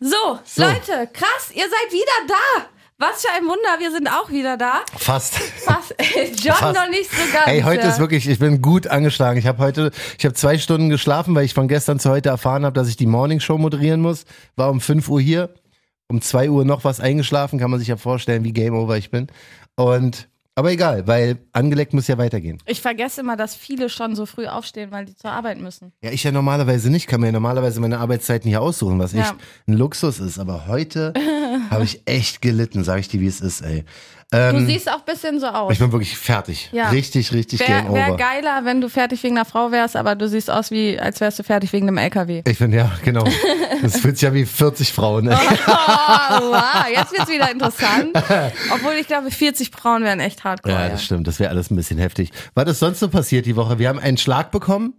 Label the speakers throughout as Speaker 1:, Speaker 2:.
Speaker 1: So, Leute, krass, ihr seid wieder da. Was für ein Wunder, wir sind auch wieder da.
Speaker 2: Fast.
Speaker 1: Was? John
Speaker 2: Fast.
Speaker 1: noch nicht so ganz.
Speaker 2: Ey, heute
Speaker 1: ja.
Speaker 2: ist wirklich, ich bin gut angeschlagen. Ich habe heute, ich habe zwei Stunden geschlafen, weil ich von gestern zu heute erfahren habe, dass ich die Morning Show moderieren muss. War um 5 Uhr hier, um 2 Uhr noch was eingeschlafen, kann man sich ja vorstellen, wie Game Over ich bin. Und, aber egal, weil angeleckt muss ja weitergehen.
Speaker 1: Ich vergesse immer, dass viele schon so früh aufstehen, weil die zur Arbeit müssen.
Speaker 2: Ja, ich ja normalerweise nicht, kann mir ja normalerweise meine Arbeitszeiten hier aussuchen, was
Speaker 1: Ja.
Speaker 2: echt ein Luxus ist. Aber heute habe ich echt gelitten, sage ich dir, wie es ist, ey.
Speaker 1: Du
Speaker 2: Ähm,
Speaker 1: siehst auch ein bisschen so aus.
Speaker 2: ich bin wirklich fertig.
Speaker 1: Ja.
Speaker 2: Richtig, richtig Game
Speaker 1: Wäre wär
Speaker 2: Over.
Speaker 1: geiler, wenn du fertig wegen einer Frau wärst, aber du siehst aus, wie, als wärst du fertig wegen einem LKW.
Speaker 2: Ich bin ja, genau. Das fühlt sich ja wie 40 Frauen. Ne?
Speaker 1: Oh, wow, jetzt wird's wieder interessant. Obwohl ich glaube, 40 Frauen wären echt hardcore.
Speaker 2: Ja,
Speaker 1: Ja,
Speaker 2: das stimmt. Das wäre alles ein bisschen heftig. Was ist sonst so passiert die Woche? Wir haben einen Schlag bekommen.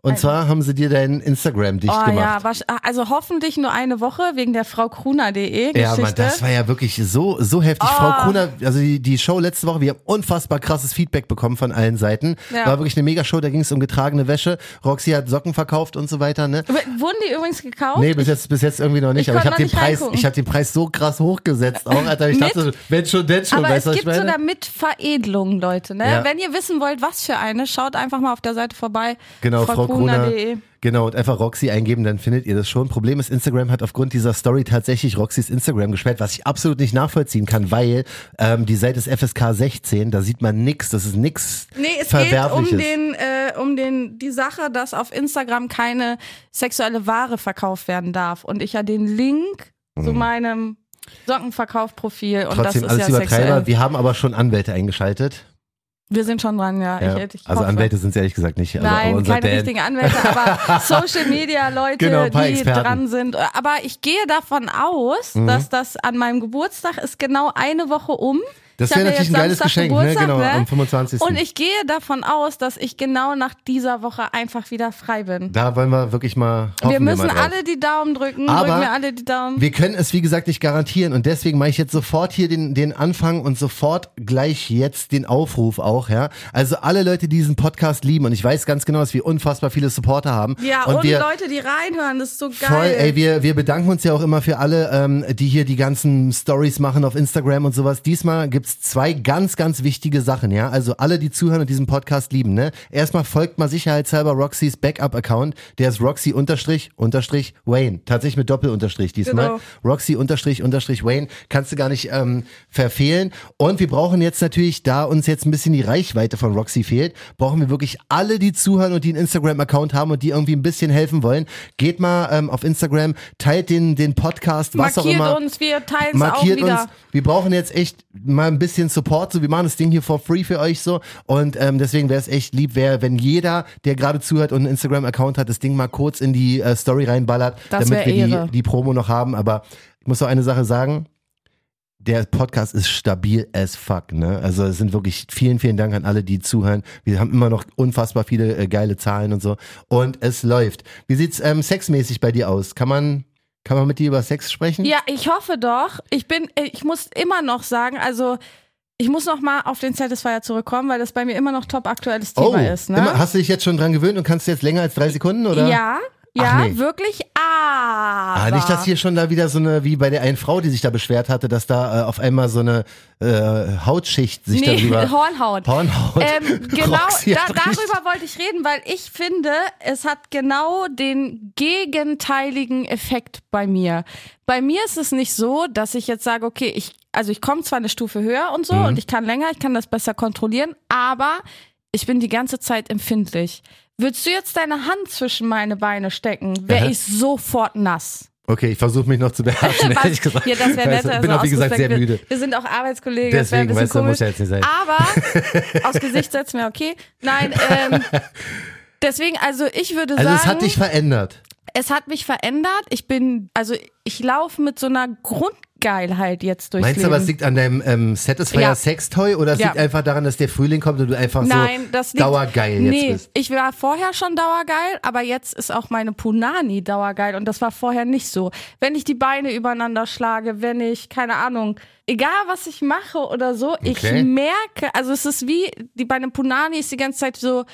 Speaker 2: Und zwar haben sie dir dein Instagram dicht
Speaker 1: Oh ja,
Speaker 2: gemacht.
Speaker 1: wasch- also hoffentlich nur eine Woche wegen der Frau Kruna.de E Geschichte. Oh.
Speaker 2: Ja, Mann, das war ja wirklich so, so heftig. Frau Kuhner, also die, die Show letzte Woche, wir haben unfassbar krasses Feedback bekommen von allen Seiten.
Speaker 1: Ja.
Speaker 2: War wirklich eine Mega-Show, da ging es um getragene Wäsche. Roxy hat Socken verkauft und so weiter, ne?
Speaker 1: W- Wurden die übrigens gekauft?
Speaker 2: Nee, bis jetzt, bis jetzt irgendwie noch nicht.
Speaker 1: ich
Speaker 2: aber ich
Speaker 1: konnte
Speaker 2: habe den
Speaker 1: noch nicht
Speaker 2: Preis,
Speaker 1: reingucken.
Speaker 2: ich habe den Preis so krass hochgesetzt auch, Alter. Ich
Speaker 1: Mit-
Speaker 2: dachte, wenn schon, denn schon,
Speaker 1: aber es
Speaker 2: weißt du, was
Speaker 1: gibt
Speaker 2: ich meine?
Speaker 1: sogar mit Veredelung, Leute. Ne?
Speaker 2: Ja.
Speaker 1: Wenn ihr wissen wollt, was für eine, schaut einfach mal auf der Seite vorbei.
Speaker 2: Genau, Frau, Gruner.
Speaker 1: Kruna.de.
Speaker 2: Genau, und einfach Roxy eingeben, dann findet ihr das schon. Problem ist, Instagram hat aufgrund dieser Story tatsächlich Roxys Instagram gesperrt, was ich absolut nicht nachvollziehen kann, weil ähm, die Seite ist FSK 16, da sieht man nix, das ist nix
Speaker 1: Nee, es geht um
Speaker 2: Verwerfliches.
Speaker 1: den, äh, um den, die Sache, dass auf Instagram keine sexuelle Ware verkauft werden darf. Und ich ja den Link zu meinem Sockenverkaufprofil und
Speaker 2: Mhm. Trotzdem
Speaker 1: das ist
Speaker 2: alles
Speaker 1: ja
Speaker 2: Übertreiber.
Speaker 1: sexuell.
Speaker 2: Wir haben aber schon Anwälte eingeschaltet.
Speaker 1: Wir sind schon dran, ja.
Speaker 2: Ja.
Speaker 1: Ah, Ich, ich
Speaker 2: also
Speaker 1: hoffe.
Speaker 2: Anwälte sind es ehrlich gesagt nicht. aber
Speaker 1: Nein,
Speaker 2: unser
Speaker 1: keine
Speaker 2: Dan.
Speaker 1: richtigen Anwälte, aber Social Media Leute,
Speaker 2: Genau, ein paar
Speaker 1: die
Speaker 2: Experten. Mhm.
Speaker 1: dran sind. Aber ich gehe davon aus, dass das an meinem Geburtstag ist genau eine Woche um.
Speaker 2: Das
Speaker 1: Ich
Speaker 2: wäre
Speaker 1: habe ja
Speaker 2: natürlich ein
Speaker 1: jetzt
Speaker 2: geiles
Speaker 1: Samstag
Speaker 2: Geschenk, ne?
Speaker 1: Geburtstag,
Speaker 2: Genau,
Speaker 1: ne?
Speaker 2: am 25.
Speaker 1: Und ich gehe davon aus, dass ich genau nach dieser Woche einfach wieder frei bin.
Speaker 2: da wollen wir wirklich mal. hoffen
Speaker 1: wir müssen
Speaker 2: mal drauf.
Speaker 1: alle die Daumen drücken.
Speaker 2: Aber
Speaker 1: drücken wir alle die Daumen.
Speaker 2: Wir können es, wie gesagt, nicht garantieren und deswegen mache ich jetzt sofort hier den, den Anfang und sofort gleich jetzt den Aufruf auch, ja. Also alle Leute, die diesen Podcast lieben und ich weiß ganz genau, dass wir unfassbar viele Supporter haben.
Speaker 1: ja, und,
Speaker 2: und wir,
Speaker 1: Leute, die reinhören, das ist so geil.
Speaker 2: Voll, ey, wir, wir bedanken uns ja auch immer für alle, ähm, die hier die ganzen Stories machen auf Instagram und sowas. Diesmal gibt's zwei ganz, ganz wichtige Sachen, ja. Also alle, die zuhören und diesen Podcast lieben, ne? Erstmal folgt mal sicherheitshalber Roxys Backup-Account. Der ist Roxy unterstrich, unterstrich Wayne. Tatsächlich mit Doppel-Unterstrich diesmal.
Speaker 1: Genau.
Speaker 2: Roxy unterstrich, unterstrich Wayne. Kannst du gar nicht ähm, verfehlen. Und wir brauchen jetzt natürlich, da uns jetzt ein bisschen die Reichweite von Roxy fehlt, brauchen wir wirklich alle, die zuhören und die einen Instagram-Account haben und die irgendwie ein bisschen helfen wollen. Geht mal ähm, auf Instagram, teilt den, den Podcast, was
Speaker 1: markiert
Speaker 2: auch immer.
Speaker 1: uns, wir teilen es auch
Speaker 2: Markiert
Speaker 1: wieder.
Speaker 2: uns. Wir brauchen jetzt echt mal ein bisschen Support. So, wir machen das Ding hier for free für euch so. Und ähm, deswegen wäre es echt lieb, wär, wenn jeder, der gerade zuhört und einen Instagram-Account hat, das Ding mal kurz in die äh, Story reinballert,
Speaker 1: Das
Speaker 2: damit
Speaker 1: wär
Speaker 2: wir
Speaker 1: Ehre.
Speaker 2: die, die Promo noch haben. Aber ich muss noch eine Sache sagen. Der Podcast ist stabil as fuck, ne? Also es sind wirklich vielen, vielen Dank an alle, die zuhören. Wir haben immer noch unfassbar viele äh, geile Zahlen und so. Und es läuft. Wie sieht's ähm, sexmäßig bei dir aus? Kann man, kann man mit dir über Sex sprechen?
Speaker 1: Ja, ich hoffe doch. Ich bin, ich muss immer noch sagen, also ich muss noch mal auf den Satisfier zurückkommen, weil das bei mir immer noch top aktuelles Thema ist. Ne?
Speaker 2: Oh, immer- hast du dich jetzt schon dran gewöhnt und kannst jetzt länger als drei Sekunden, oder?
Speaker 1: ja, ja,
Speaker 2: Ach, nee.
Speaker 1: wirklich. Aber
Speaker 2: Ah, nicht, dass hier schon da wieder so eine, wie bei der einen Frau, die sich da beschwert hatte, dass da äh, auf einmal so eine äh, Hautschicht sich
Speaker 1: nee,
Speaker 2: darüber...
Speaker 1: Hornhaut.
Speaker 2: Hornhaut.
Speaker 1: Ähm, genau,
Speaker 2: Roxy
Speaker 1: da,
Speaker 2: hat richtig-
Speaker 1: darüber wollte ich reden, weil ich finde, es hat genau den gegenteiligen Effekt bei mir. Bei mir ist es nicht so, dass ich jetzt sage, okay, ich, also ich komme zwar eine Stufe höher und so
Speaker 2: Mhm.
Speaker 1: und ich kann länger, ich kann das besser kontrollieren, aber ich bin die ganze Zeit empfindlich. Würdest du jetzt deine Hand zwischen meine Beine stecken, wäre
Speaker 2: Ja.
Speaker 1: ich sofort nass.
Speaker 2: Okay, ich versuche mich noch zu beherrschen,
Speaker 1: Was-
Speaker 2: ehrlich gesagt.
Speaker 1: Ja, das wäre nett.
Speaker 2: Weißt du,
Speaker 1: also
Speaker 2: bin auch, wie gesagt, sehr
Speaker 1: ausgestreckt. wir,
Speaker 2: müde.
Speaker 1: Wir sind auch Arbeitskollegen. das wär ein
Speaker 2: Deswegen,
Speaker 1: bisschen
Speaker 2: weißt du,
Speaker 1: komisch.
Speaker 2: muss ja jetzt nicht sein.
Speaker 1: Aber aus Gesicht setzen wir okay. Nein, ähm, deswegen, also ich würde
Speaker 2: Also
Speaker 1: sagen,
Speaker 2: es hat dich verändert.
Speaker 1: es hat mich verändert. Ich bin, also ich laufe mit so einer Grundgeilheit jetzt durchs
Speaker 2: Meinst du
Speaker 1: Leben.
Speaker 2: aber, es liegt an deinem ähm, Satisfier
Speaker 1: Ja.
Speaker 2: Sextoy oder es
Speaker 1: Ja.
Speaker 2: liegt einfach daran, dass der Frühling kommt und du einfach
Speaker 1: Nein,
Speaker 2: so
Speaker 1: das liegt,
Speaker 2: dauergeil
Speaker 1: nee,
Speaker 2: jetzt bist?
Speaker 1: Ich war vorher schon dauergeil, aber jetzt ist auch meine Punani dauergeil und das war vorher nicht so. Wenn ich die Beine übereinander schlage, wenn ich, keine Ahnung, egal was ich mache oder so, ich
Speaker 2: Okay.
Speaker 1: merke, also es ist wie, die, bei einem Punani ist die ganze Zeit so,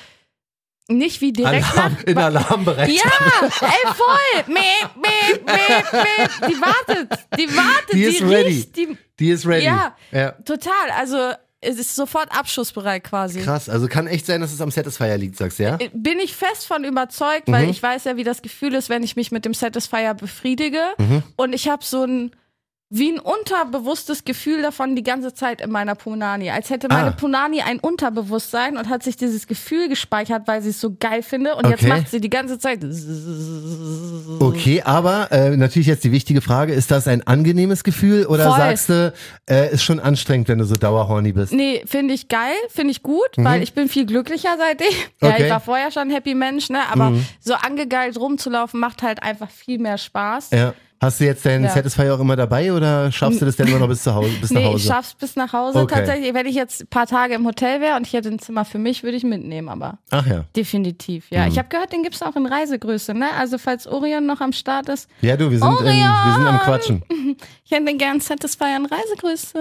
Speaker 1: nicht wie direkt
Speaker 2: Alarm,
Speaker 1: nach.
Speaker 2: in Alarmbereich.
Speaker 1: Ja, ey, voll. Mäh, mäh, mäh, mäh. Die wartet, die wartet,
Speaker 2: Die
Speaker 1: die,
Speaker 2: ist ready.
Speaker 1: riecht. Die,
Speaker 2: Die ist ready.
Speaker 1: Ja.
Speaker 2: ja.
Speaker 1: total, also es ist sofort abschussbereit quasi.
Speaker 2: Krass, also kann echt sein, dass es am Satisfier liegt, sagst du, ja?
Speaker 1: Bin ich fest von überzeugt,
Speaker 2: Mhm.
Speaker 1: weil ich weiß ja, wie das Gefühl ist, wenn ich mich mit dem Satisfier befriedige.
Speaker 2: Mhm.
Speaker 1: Und ich habe so ein, wie ein unterbewusstes Gefühl davon die ganze Zeit in meiner Punani. Als hätte meine
Speaker 2: Ah.
Speaker 1: Punani ein Unterbewusstsein und hat sich dieses Gefühl gespeichert, weil sie es so geil finde. Und jetzt
Speaker 2: Okay.
Speaker 1: macht sie die ganze Zeit.
Speaker 2: Okay, aber äh, natürlich jetzt die wichtige Frage, ist das ein angenehmes Gefühl oder
Speaker 1: Voll.
Speaker 2: sagst du, äh, ist schon anstrengend, wenn du so dauerhorny bist?
Speaker 1: Nee, finde ich geil, finde ich gut, weil ich bin viel glücklicher seitdem. Ja,
Speaker 2: Mhm. Okay. Mhm.
Speaker 1: ich war vorher schon ein Happy Mensch, ne? Aber so angegeilt rumzulaufen macht halt einfach viel mehr Spaß.
Speaker 2: Ja. Hast du jetzt deinen
Speaker 1: Ja.
Speaker 2: Satisfier auch immer dabei oder schaffst du das denn immer noch bis zu Hause, bis nach
Speaker 1: Nee, ich
Speaker 2: Hause?
Speaker 1: schaff's bis nach Hause.
Speaker 2: Okay.
Speaker 1: Tatsächlich, wenn ich jetzt ein paar Tage im Hotel wäre und ich hätte ein Zimmer für mich, würde ich mitnehmen, aber
Speaker 2: Ach ja.
Speaker 1: definitiv. Ja,
Speaker 2: Mhm.
Speaker 1: ich habe gehört, den gibt's auch in Reisegröße, ne? Also falls Orion noch am Start ist,
Speaker 2: Ja, du, wir
Speaker 1: Oh
Speaker 2: sind, in, wir sind am Quatschen.
Speaker 1: ich hätte gern Satisfyer in Reisegröße.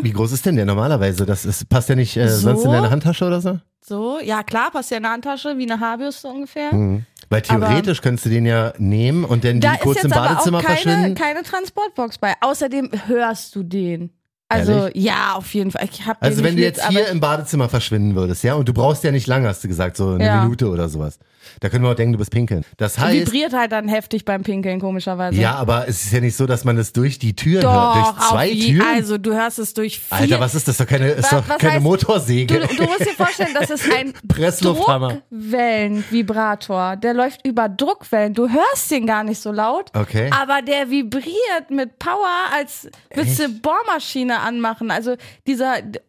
Speaker 2: Wie groß ist denn der normalerweise? Das ist, passt ja nicht äh, sonst in
Speaker 1: So?
Speaker 2: deine Handtasche oder so?
Speaker 1: So, ja klar, passt ja in der Handtasche, wie eine Habius so ungefähr.
Speaker 2: Mhm. Weil theoretisch könntest du den ja nehmen und dann die
Speaker 1: Da ist
Speaker 2: kurz im
Speaker 1: jetzt aber
Speaker 2: Badezimmer
Speaker 1: auch keine,
Speaker 2: verschwinden.
Speaker 1: keine Transportbox bei. Außerdem hörst du den. Also
Speaker 2: Ehrlich?
Speaker 1: ja, auf jeden Fall. Ich hab den
Speaker 2: Also wenn du
Speaker 1: nicht
Speaker 2: jetzt
Speaker 1: mit,
Speaker 2: hier
Speaker 1: aber-
Speaker 2: im Badezimmer verschwinden würdest, ja, und du brauchst ja nicht lange, hast du gesagt, so eine
Speaker 1: Ja.
Speaker 2: Minute oder sowas. Da können wir auch denken, du bist pinkeln. Das heißt,
Speaker 1: vibriert halt dann heftig beim Pinkeln komischerweise.
Speaker 2: ja, aber es ist ja nicht so, dass man es durch die Türen
Speaker 1: Doch,
Speaker 2: hört, durch zwei
Speaker 1: auf je-
Speaker 2: Türen.
Speaker 1: Also du hörst es durch vier.
Speaker 2: Alter, was ist das? Doch keine, ist
Speaker 1: Wa-
Speaker 2: doch
Speaker 1: was
Speaker 2: keine
Speaker 1: heißt-
Speaker 2: Motorsäge.
Speaker 1: Du, du musst dir vorstellen, das ist ein
Speaker 2: Genau. Presslufthammer.
Speaker 1: Druckwellenvibrator. Der läuft über Druckwellen. Du hörst den gar nicht so laut.
Speaker 2: Okay.
Speaker 1: Aber der vibriert mit Power, als würdest du eine Bohrmaschine anmachen. Also dieser D-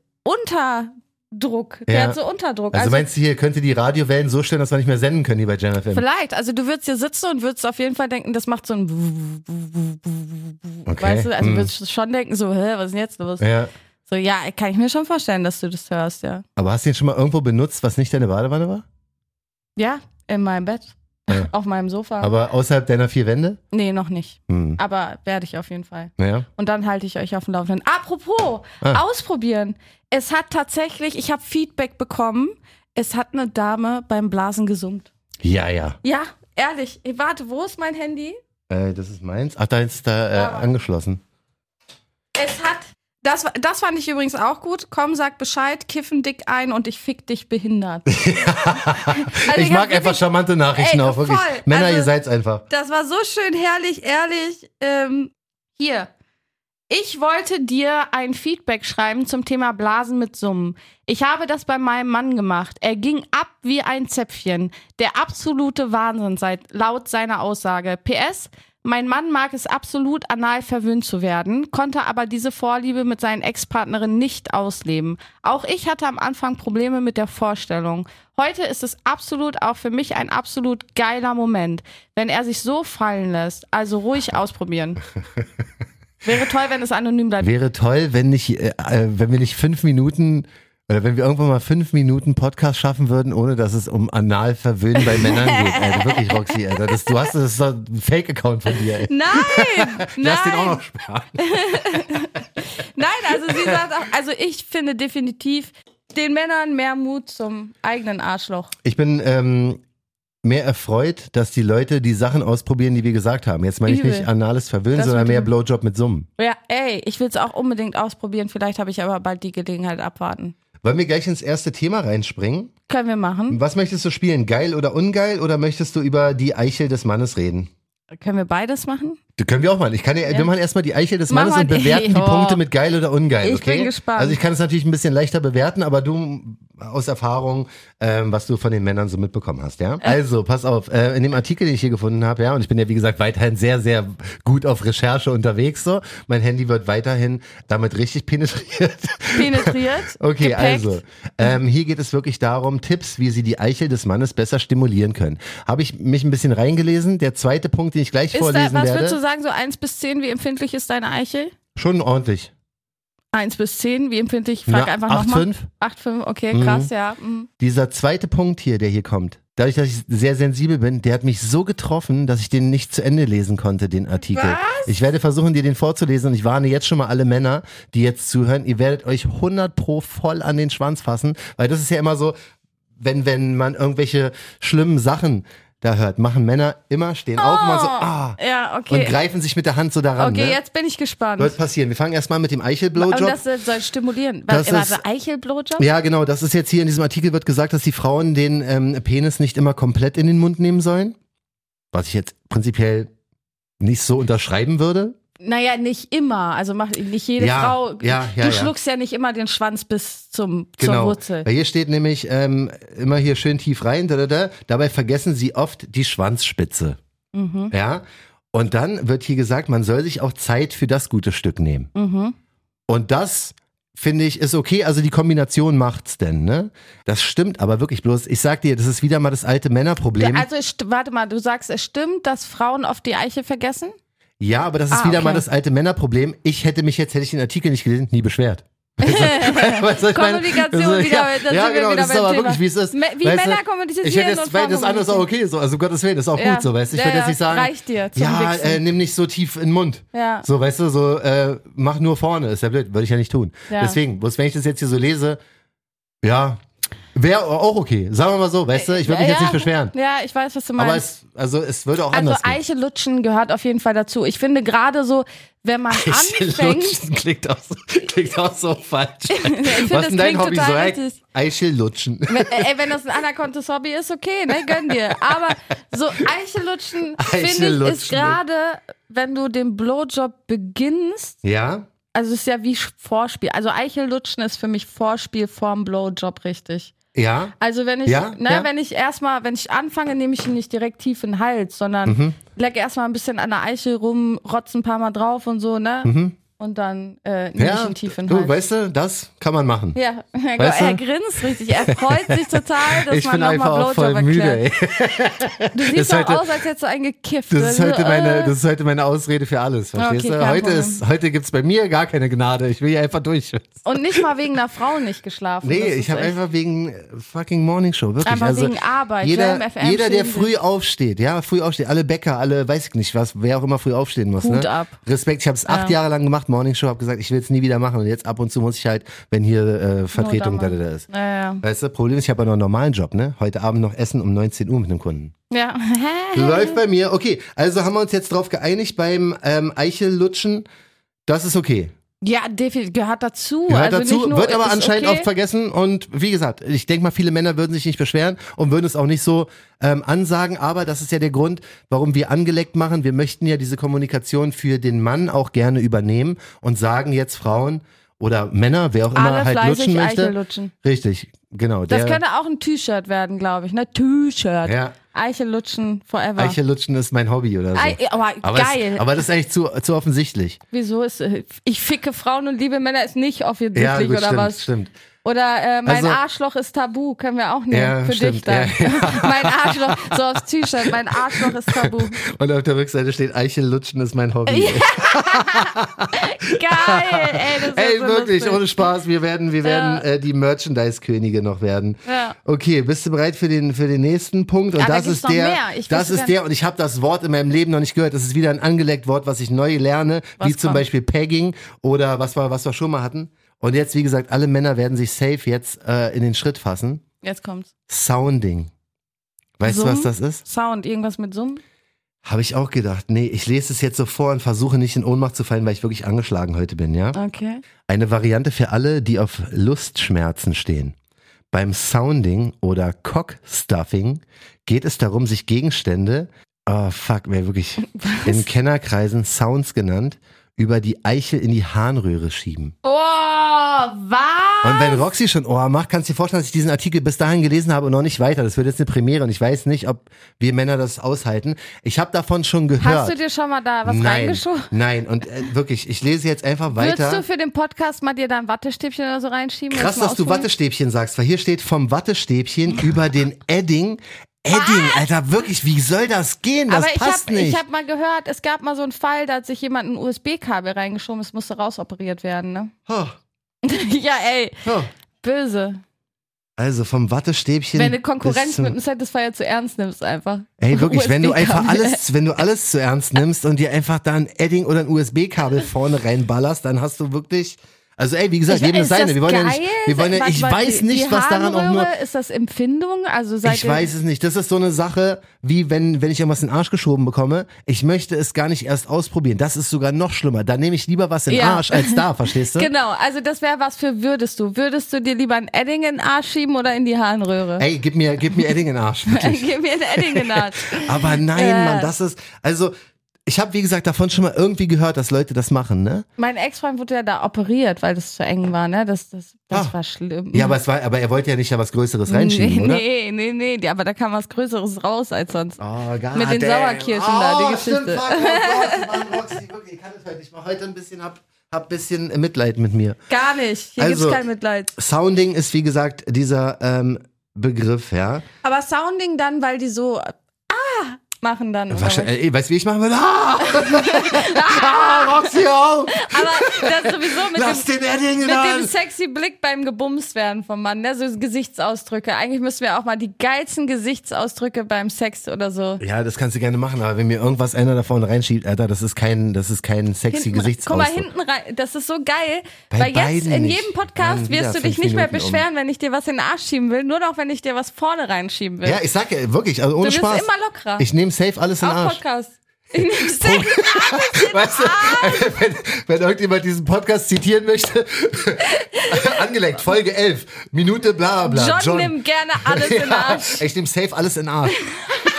Speaker 1: Unterdruck, der
Speaker 2: Ja.
Speaker 1: hat so Unterdruck.
Speaker 2: also, meinst du hier, könnte die Radiowellen so stellen, dass wir nicht mehr senden können, die bei Jam FM?
Speaker 1: Vielleicht, also du würdest hier sitzen und würdest auf jeden Fall denken, das macht so ein
Speaker 2: Okay.
Speaker 1: weißt du, also
Speaker 2: Hm.
Speaker 1: würdest du schon denken, so, hä, was ist denn jetzt los?
Speaker 2: Ja.
Speaker 1: So, ja, kann ich mir schon vorstellen, dass du das hörst, ja.
Speaker 2: Aber hast du den schon mal irgendwo benutzt, was nicht deine Badewanne war?
Speaker 1: Ja, in meinem Bett.
Speaker 2: Ja.
Speaker 1: Auf meinem Sofa.
Speaker 2: Aber außerhalb deiner vier Wände?
Speaker 1: nee, noch nicht.
Speaker 2: Hm.
Speaker 1: Aber werde ich auf jeden Fall.
Speaker 2: Naja.
Speaker 1: Und dann halte ich euch auf dem Laufenden. Apropos,
Speaker 2: Ah.
Speaker 1: ausprobieren. Es hat tatsächlich, ich habe Feedback bekommen, es hat eine Dame beim Blasen gesummt.
Speaker 2: Ja, ja.
Speaker 1: Ja, ehrlich. Ey, Warte, wo ist mein Handy?
Speaker 2: Äh, das ist meins. Ach, da ist da äh,
Speaker 1: Ja.
Speaker 2: angeschlossen.
Speaker 1: Es hat. Das, wa- das fand ich übrigens auch gut. Komm, sag Bescheid, kiffen dick ein und ich fick dich behindert. Also
Speaker 2: ich,
Speaker 1: ich hab
Speaker 2: mag einfach
Speaker 1: wirklich-
Speaker 2: charmante Nachrichten
Speaker 1: Ey,
Speaker 2: auch, wirklich.
Speaker 1: voll.
Speaker 2: Männer,
Speaker 1: Also-
Speaker 2: ihr seid's einfach.
Speaker 1: Das war so schön, herrlich, ehrlich. Ähm, hier. Ich wollte dir ein Feedback schreiben zum Thema Blasen mit Summen. Ich habe das bei meinem Mann gemacht. Er ging ab wie ein Zäpfchen. Der absolute Wahnsinn seit, laut seiner Aussage. PS, mein Mann mag es absolut, anal verwöhnt zu werden, konnte aber diese Vorliebe mit seinen Ex-Partnerinnen nicht ausleben. Auch ich hatte am Anfang Probleme mit der Vorstellung. Heute ist es absolut auch für mich ein absolut geiler Moment, wenn er sich so fallen lässt. Also ruhig ausprobieren. Wäre toll, wenn es anonym bleibt.
Speaker 2: Wäre toll, wenn nicht, äh, äh, wenn wir nicht fünf Minuten oder wenn wir irgendwann mal fünf Minuten Podcast schaffen würden, ohne dass es um Analverwöhnen bei Männern geht. Alter, wirklich, Roxy, Alter. Das, du hast das ist doch ein Fake-Account von dir, ey.
Speaker 1: Nein!
Speaker 2: Lass den auch
Speaker 1: Nein!
Speaker 2: noch sparen.
Speaker 1: Nein, also sie sagt auch, also ich finde definitiv den Männern mehr Mut zum eigenen Arschloch.
Speaker 2: Ich bin ähm, mehr erfreut, dass die Leute die Sachen ausprobieren, die wir gesagt haben. Jetzt meine ich
Speaker 1: Übel.
Speaker 2: nicht anales Verwöhnen,
Speaker 1: Das
Speaker 2: sondern
Speaker 1: mit
Speaker 2: mehr
Speaker 1: dem-
Speaker 2: Blowjob mit Summen.
Speaker 1: Ja, ey, ich will es auch unbedingt ausprobieren. Vielleicht habe ich aber bald die Gelegenheit abwarten.
Speaker 2: Wollen wir gleich ins erste Thema reinspringen?
Speaker 1: Können wir machen.
Speaker 2: Was möchtest du spielen? Geil oder ungeil? Oder möchtest du über die Eichel des Mannes reden?
Speaker 1: Können wir beides machen?
Speaker 2: Das können wir auch mal. Ich kann ja, wir machen erstmal die Eichel des
Speaker 1: Mach
Speaker 2: Mannes
Speaker 1: mal
Speaker 2: und
Speaker 1: die-
Speaker 2: bewerten die
Speaker 1: Oh.
Speaker 2: Punkte mit geil oder ungeil.
Speaker 1: Ich
Speaker 2: okay?
Speaker 1: bin gespannt.
Speaker 2: Also ich kann es natürlich ein bisschen leichter bewerten, aber du aus Erfahrung, ähm, was du von den Männern so mitbekommen hast, ja? Also, pass auf, äh, in dem Artikel, den ich hier gefunden habe, ja, und ich bin ja wie gesagt weiterhin sehr, sehr gut auf Recherche unterwegs so. Mein Handy wird weiterhin damit richtig penetriert.
Speaker 1: Penetriert.
Speaker 2: Okay,
Speaker 1: gepackt.
Speaker 2: also, ähm, hier geht es wirklich darum, Tipps, wie sie die Eichel des Mannes besser stimulieren können. Habe ich mich ein bisschen reingelesen. Der zweite Punkt, den ich gleich
Speaker 1: Ist da,
Speaker 2: vorlesen
Speaker 1: was würdest
Speaker 2: werde,
Speaker 1: du sagen, so 1 bis 10, wie empfindlich ist deine Eichel?
Speaker 2: schon ordentlich.
Speaker 1: 1 bis 10, wie empfindlich? Frag
Speaker 2: Na,
Speaker 1: einfach
Speaker 2: acht,
Speaker 1: nochmal.
Speaker 2: fünf.
Speaker 1: 8, 5, okay, krass, ja. mhm.
Speaker 2: Dieser zweite Punkt hier, der hier kommt, dadurch, dass ich sehr sensibel bin, der hat mich so getroffen, dass ich den nicht zu Ende lesen konnte, den Artikel. Ich werde versuchen, dir den vorzulesen und ich warne jetzt schon mal alle Männer, die jetzt zuhören, ihr werdet euch 100 pro voll an den Schwanz fassen, weil das ist ja immer so, wenn, wenn man irgendwelche schlimmen Sachen da hört, machen Männer immer stehen auf und machen so, ah,
Speaker 1: Ja, Oh. okay.
Speaker 2: und greifen sich mit der Hand so daran.
Speaker 1: okay,
Speaker 2: ne?
Speaker 1: jetzt bin ich gespannt.
Speaker 2: Wird passieren. Wir fangen erstmal mit dem
Speaker 1: Und
Speaker 2: Eichel-Blowjob.
Speaker 1: das äh, soll stimulieren.
Speaker 2: Das
Speaker 1: Warte, warte
Speaker 2: ist-
Speaker 1: Eichelblowjob?
Speaker 2: Ja, genau. Das ist jetzt hier in diesem Artikel wird gesagt, dass die Frauen den ähm, Penis nicht immer komplett in den Mund nehmen sollen. Was ich jetzt prinzipiell nicht so unterschreiben würde.
Speaker 1: Naja, nicht immer. Also macht nicht jede
Speaker 2: Ja,
Speaker 1: Frau.
Speaker 2: ja, ja,
Speaker 1: du
Speaker 2: ja.
Speaker 1: schluckst ja nicht immer den Schwanz bis zum, zur
Speaker 2: Genau.
Speaker 1: Wurzel.
Speaker 2: Weil hier steht nämlich ähm, immer hier schön tief rein. Da, da, da. Dabei vergessen sie oft die Schwanzspitze.
Speaker 1: Mhm.
Speaker 2: Ja. Und dann wird hier gesagt, man soll sich auch Zeit für das gute Stück nehmen.
Speaker 1: Mhm.
Speaker 2: Und das finde ich ist okay, also die Kombination macht's denn, ne? Das stimmt aber wirklich bloß, ich sag dir, das ist wieder mal das alte Männerproblem.
Speaker 1: Also, es st- warte mal, du sagst, es stimmt, dass Frauen oft die Eiche vergessen?
Speaker 2: Ja, aber das ist
Speaker 1: Ah,
Speaker 2: wieder
Speaker 1: okay.
Speaker 2: mal das alte Männerproblem. Ich hätte mich jetzt, hätte ich den Artikel nicht gelesen, nie beschwert. Weißt du, weißt du, ich meine,
Speaker 1: Kommunikation
Speaker 2: also,
Speaker 1: wieder, da sind
Speaker 2: ja,
Speaker 1: wir
Speaker 2: genau,
Speaker 1: wieder
Speaker 2: das ist
Speaker 1: beim
Speaker 2: aber
Speaker 1: Thema.
Speaker 2: wirklich, wie es ist.
Speaker 1: Me- wie
Speaker 2: Weißt
Speaker 1: Männer
Speaker 2: du,
Speaker 1: kommunizieren
Speaker 2: Ich hätte
Speaker 1: und
Speaker 2: jetzt,
Speaker 1: Frauen
Speaker 2: weil das andere ist auch okay, so, also um Gottes Willen, das ist auch
Speaker 1: Ja.
Speaker 2: gut so, weißt du. Ich
Speaker 1: Ja,
Speaker 2: werde
Speaker 1: ja,
Speaker 2: jetzt nicht sagen,
Speaker 1: reicht dir zum
Speaker 2: ja,
Speaker 1: Wichsen.
Speaker 2: äh, nimm nicht so tief in den Mund.
Speaker 1: Ja.
Speaker 2: So, weißt du, so, äh, mach nur vorne, ist ja blöd, würde ich ja nicht tun.
Speaker 1: Ja.
Speaker 2: Deswegen, bloß wenn ich das jetzt hier so lese, ja, wäre auch okay, sagen wir mal so, weißt du, ich würde mich
Speaker 1: ja,
Speaker 2: jetzt nicht beschweren.
Speaker 1: Ja, ich weiß, was du meinst.
Speaker 2: Aber es, also, es würde auch
Speaker 1: also
Speaker 2: anders gehen.
Speaker 1: Eiche lutschen gehört auf jeden Fall dazu. Ich finde gerade so, wenn man anfängt,
Speaker 2: Eichellutschen klingt auch so, klingt auch so falsch.
Speaker 1: find,
Speaker 2: Was
Speaker 1: das
Speaker 2: ist denn dein
Speaker 1: klingt
Speaker 2: Hobby?
Speaker 1: total
Speaker 2: So Ei-
Speaker 1: richtig.
Speaker 2: Eichellutschen.
Speaker 1: wenn, äh, ey, wenn das ein anerkanntes Hobby ist, okay, ne, gönn dir. Aber so Eiche lutschen,
Speaker 2: Eiche
Speaker 1: finde ich, ist
Speaker 2: lutschen.
Speaker 1: gerade, wenn du den Blowjob beginnst,
Speaker 2: Ja?
Speaker 1: also es ist ja wie Sch- Vorspiel. Also Eiche lutschen ist für mich Vorspiel vorm Blowjob richtig.
Speaker 2: Ja?
Speaker 1: Also wenn ich,
Speaker 2: Ja,
Speaker 1: ne,
Speaker 2: ja.
Speaker 1: wenn ich erstmal, wenn ich anfange, nehme ich ihn nicht direkt tief in den Hals, sondern
Speaker 2: Mhm.
Speaker 1: leck erstmal ein bisschen an der Eiche rum, rotz ein paar Mal drauf und so, ne? Und dann äh, nehme ich
Speaker 2: Mhm. Ja?
Speaker 1: ihn tief in den
Speaker 2: du,
Speaker 1: Hals.
Speaker 2: weißt du, das kann man machen.
Speaker 1: ja, er,
Speaker 2: Weißt du?
Speaker 1: er grinst richtig, er freut sich total, dass
Speaker 2: ich
Speaker 1: man
Speaker 2: bin einfach
Speaker 1: nochmal
Speaker 2: auch
Speaker 1: Blowjob
Speaker 2: voll
Speaker 1: erklärt.
Speaker 2: müde, ey.
Speaker 1: Du siehst
Speaker 2: ist
Speaker 1: doch
Speaker 2: heute-
Speaker 1: aus, als hättest du einen gekifft.
Speaker 2: Das ist
Speaker 1: Also,
Speaker 2: heute meine,
Speaker 1: äh,
Speaker 2: das ist heute meine Ausrede für alles, verstehst
Speaker 1: Okay,
Speaker 2: du?
Speaker 1: kein
Speaker 2: Heute,
Speaker 1: Problem.
Speaker 2: ist, heute gibt's bei mir gar keine Gnade. Ich will hier einfach durch.
Speaker 1: und nicht mal wegen einer Frau nicht geschlafen.
Speaker 2: Nee,
Speaker 1: Das ist
Speaker 2: ich habe
Speaker 1: echt-
Speaker 2: einfach wegen äh, fucking Morningshow, wirklich.
Speaker 1: Einfach
Speaker 2: also
Speaker 1: wegen Arbeit, ne?
Speaker 2: jeder,
Speaker 1: Jam FM
Speaker 2: jeder,
Speaker 1: stehen
Speaker 2: der früh aufsteht, ja, früh aufsteht, alle Bäcker, alle, weiß ich nicht was, wer auch immer früh aufstehen muss.
Speaker 1: Hut
Speaker 2: ne?
Speaker 1: ab.
Speaker 2: Respekt, ich habe es acht Jahre lang gemacht, Morningshow, habe gesagt, ich will es nie wieder machen und jetzt ab und zu muss ich halt, wenn hier äh, Vertretung da,
Speaker 1: Not
Speaker 2: da, da ist.
Speaker 1: Ja, ja.
Speaker 2: Weißt du, Problem ist, ich habe ja noch einen normalen Job, ne? Heute Abend noch Essen um 19 Uhr mit einem Kunden.
Speaker 1: ja.
Speaker 2: Läuft bei mir, okay. Also haben wir uns jetzt drauf geeinigt beim ähm, Eichellutschen, das ist okay.
Speaker 1: ja definitiv, gehört dazu.
Speaker 2: Gehört
Speaker 1: also
Speaker 2: dazu,
Speaker 1: nicht nur,
Speaker 2: wird aber
Speaker 1: ist
Speaker 2: anscheinend
Speaker 1: okay.
Speaker 2: oft vergessen und wie gesagt, ich denke mal, viele Männer würden sich nicht beschweren und würden es auch nicht so ähm, ansagen, aber das ist ja der Grund, warum wir angeleckt machen. Wir möchten ja diese Kommunikation für den Mann auch gerne übernehmen und sagen jetzt Frauen oder Männer, wer auch immer
Speaker 1: Alle
Speaker 2: halt
Speaker 1: fleißig
Speaker 2: lutschen möchte.
Speaker 1: Eichel lutschen.
Speaker 2: Richtig, genau.
Speaker 1: Das
Speaker 2: der,
Speaker 1: könnte auch ein T-Shirt werden, glaube ich. Ne? T-Shirt.
Speaker 2: Ja.
Speaker 1: Eiche lutschen forever.
Speaker 2: Eichelutschen ist mein Hobby oder so.
Speaker 1: Ei- aber,
Speaker 2: Also. aber,
Speaker 1: geil.
Speaker 2: Das, aber das ist eigentlich zu, zu offensichtlich.
Speaker 1: Wieso ist äh, ich ficke Frauen und liebe Männer ist nicht offensichtlich
Speaker 2: ja, gut,
Speaker 1: oder
Speaker 2: stimmt,
Speaker 1: was?
Speaker 2: stimmt.
Speaker 1: Oder äh, mein
Speaker 2: Also-
Speaker 1: Arschloch ist tabu, können wir auch nehmen
Speaker 2: Ja,
Speaker 1: für dich
Speaker 2: stimmt,
Speaker 1: dann.
Speaker 2: ja,
Speaker 1: mein Arschloch, so aufs T-Shirt, mein Arschloch ist tabu.
Speaker 2: Und auf der Rückseite steht Eichelutschen ist mein Hobby.
Speaker 1: Geil, ey, das ist
Speaker 2: Ey,
Speaker 1: so
Speaker 2: wirklich,
Speaker 1: lustig.
Speaker 2: ohne Spaß. Wir werden, wir werden äh, die Merchandise-Könige noch werden.
Speaker 1: Ja.
Speaker 2: Okay, bist du bereit für den, für den nächsten Punkt? Und
Speaker 1: Ja, da
Speaker 2: das
Speaker 1: gibt's
Speaker 2: ist
Speaker 1: noch
Speaker 2: der,
Speaker 1: mehr. Ich
Speaker 2: das
Speaker 1: wüsste
Speaker 2: ist
Speaker 1: gern-
Speaker 2: der, und ich habe das Wort in meinem Leben noch nicht gehört. Das ist wieder ein angeleckt Wort, was ich neu lerne,
Speaker 1: Was
Speaker 2: wie zum
Speaker 1: kommt?
Speaker 2: Beispiel Pegging oder was wir, was wir schon mal hatten. Und jetzt, wie gesagt, alle Männer werden sich safe jetzt äh, in den Schritt fassen.
Speaker 1: Jetzt kommt's.
Speaker 2: Sounding. Weißt du,
Speaker 1: Summen?
Speaker 2: was das ist?
Speaker 1: Sound, irgendwas mit Summen?
Speaker 2: Habe ich auch gedacht. Nee, ich lese es jetzt so vor und versuche nicht in Ohnmacht zu fallen, weil ich wirklich angeschlagen heute bin, ja?
Speaker 1: Okay.
Speaker 2: Eine Variante für alle, die auf Lustschmerzen stehen. Beim Sounding oder Cockstuffing geht es darum, sich Gegenstände, oh fuck, mir wirklich in Kennerkreisen Sounds genannt, über die Eichel in die Harnröhre schieben.
Speaker 1: Oh, was?
Speaker 2: Und wenn Roxy schon Ohr macht, kannst du dir vorstellen, dass ich diesen Artikel bis dahin gelesen habe und noch nicht weiter. Das wird jetzt eine Premiere und ich weiß nicht, ob wir Männer das aushalten. Ich habe davon schon gehört.
Speaker 1: Hast du dir schon mal da was
Speaker 2: nein,
Speaker 1: reingeschoben?
Speaker 2: nein, und äh, wirklich, ich lese jetzt einfach weiter.
Speaker 1: Würdest du für den Podcast mal dir da ein Wattestäbchen oder so reinschieben?
Speaker 2: Krass, dass du Wattestäbchen sagst, weil hier steht vom Wattestäbchen über den Edding. Edding, Alter, wirklich, wie soll das gehen? Das
Speaker 1: Aber ich
Speaker 2: passt
Speaker 1: habe
Speaker 2: nicht.
Speaker 1: hab mal gehört, es gab mal so einen Fall, da hat sich jemand ein USB-Kabel reingeschoben, es musste rausoperiert werden, ne?
Speaker 2: oh,
Speaker 1: ja, ey,
Speaker 2: oh.
Speaker 1: böse.
Speaker 2: Also vom Wattestäbchen.
Speaker 1: Wenn du
Speaker 2: bis
Speaker 1: Konkurrenz
Speaker 2: zum-
Speaker 1: mit einem Satisfier zu ernst nimmst, einfach.
Speaker 2: Ey, wirklich, wenn du
Speaker 1: USB-Kabel.
Speaker 2: einfach alles, wenn du alles zu ernst nimmst und dir einfach da ein Edding oder ein USB-Kabel vorne reinballerst, dann hast du wirklich. Also ey, wie gesagt,
Speaker 1: Ich-
Speaker 2: jedem das
Speaker 1: ist
Speaker 2: seine.
Speaker 1: das
Speaker 2: Wir wollen ja
Speaker 1: geil?
Speaker 2: nicht, wir wollen ja,
Speaker 1: Warte
Speaker 2: ich
Speaker 1: mal,
Speaker 2: weiß
Speaker 1: die,
Speaker 2: nicht,
Speaker 1: die
Speaker 2: was daran auch nur.
Speaker 1: Harnröhre, Ist das Empfindung? Also seid
Speaker 2: Ich
Speaker 1: ihr,
Speaker 2: weiß es nicht. Das ist so eine Sache, wie wenn, wenn ich irgendwas in den Arsch geschoben bekomme. Ich möchte es gar nicht erst ausprobieren. Das ist sogar noch schlimmer. Da nehme ich lieber was in den
Speaker 1: Ja.
Speaker 2: Arsch als da, verstehst du?
Speaker 1: Genau, also das wäre was für würdest du. Würdest du dir lieber ein Edding in den Arsch schieben oder in die Harnröhre?
Speaker 2: Ey, gib mir, gib mir Edding in den Arsch. wirklich.
Speaker 1: Gib mir ein Edding in den Arsch.
Speaker 2: Aber nein, Mann, das ist, also, ich habe, wie gesagt, davon schon mal irgendwie gehört, dass Leute das machen, ne?
Speaker 1: mein Ex-Freund wurde ja da operiert, weil das zu eng war, ne? Das, das, das
Speaker 2: Ah.
Speaker 1: war schlimm.
Speaker 2: Ja, aber es war, aber er wollte ja nicht da was Größeres reinschieben,
Speaker 1: nee,
Speaker 2: oder?
Speaker 1: nee, nee, nee, die- aber da kam was Größeres raus als sonst.
Speaker 2: Oh, God,
Speaker 1: Mit den
Speaker 2: damn.
Speaker 1: Sauerkirschen da, die
Speaker 2: Oh,
Speaker 1: Geschichte.
Speaker 2: Stimmt, fuck, oh Gott, Mann, Roxy, wirklich, ich kann das heute nicht mal. Heute ein bisschen, hab, hab bisschen Mitleid mit mir.
Speaker 1: Gar nicht. Hier
Speaker 2: Also-
Speaker 1: gibt's kein Mitleid.
Speaker 2: Sounding ist, wie gesagt, dieser ähm, Begriff, ja.
Speaker 1: Aber Sounding dann, weil die so äh, ah machen dann. oder was?
Speaker 2: Wahrscheinlich, äh, ey, weißt du, wie ich machen würde? Ah! ah, Roxy, auf!
Speaker 1: Aber das sowieso mit
Speaker 2: Lass
Speaker 1: dem,
Speaker 2: den Edding in
Speaker 1: mit
Speaker 2: der
Speaker 1: dem sexy Blick beim Gebumst werden vom Mann, ne? So Gesichtsausdrücke. Eigentlich müssen wir auch mal die geilsten Gesichtsausdrücke beim Sex oder so.
Speaker 2: Ja, das kannst du gerne machen, aber wenn mir irgendwas einer davon reinschiebt, Alter, das ist kein, das ist kein sexy
Speaker 1: Hinten- Guck
Speaker 2: Gesichtsausdruck.
Speaker 1: mal, hinten rein, das ist so geil,
Speaker 2: Bei
Speaker 1: weil jetzt
Speaker 2: beiden
Speaker 1: in
Speaker 2: nicht.
Speaker 1: jedem Podcast
Speaker 2: Dann wieder
Speaker 1: wirst du
Speaker 2: fünf
Speaker 1: dich nicht mehr
Speaker 2: Minuten um.
Speaker 1: beschweren, wenn ich dir was in den Arsch schieben will, nur noch wenn ich dir was vorne reinschieben will.
Speaker 2: Ja, ich sag ja, wirklich, also ohne
Speaker 1: wirst
Speaker 2: Spaß.
Speaker 1: immer lockerer.
Speaker 2: Ich nehme safe alles in den
Speaker 1: Auch
Speaker 2: Arsch.
Speaker 1: Podcast. Ich nehm's safe.
Speaker 2: Weißt du, wenn, wenn irgendjemand diesen Podcast zitieren möchte, angelenkt, Folge 11, Minute bla bla.
Speaker 1: John,
Speaker 2: bla.
Speaker 1: nimmt gerne alles in den Arsch.
Speaker 2: Ich nehme safe alles in den Arsch.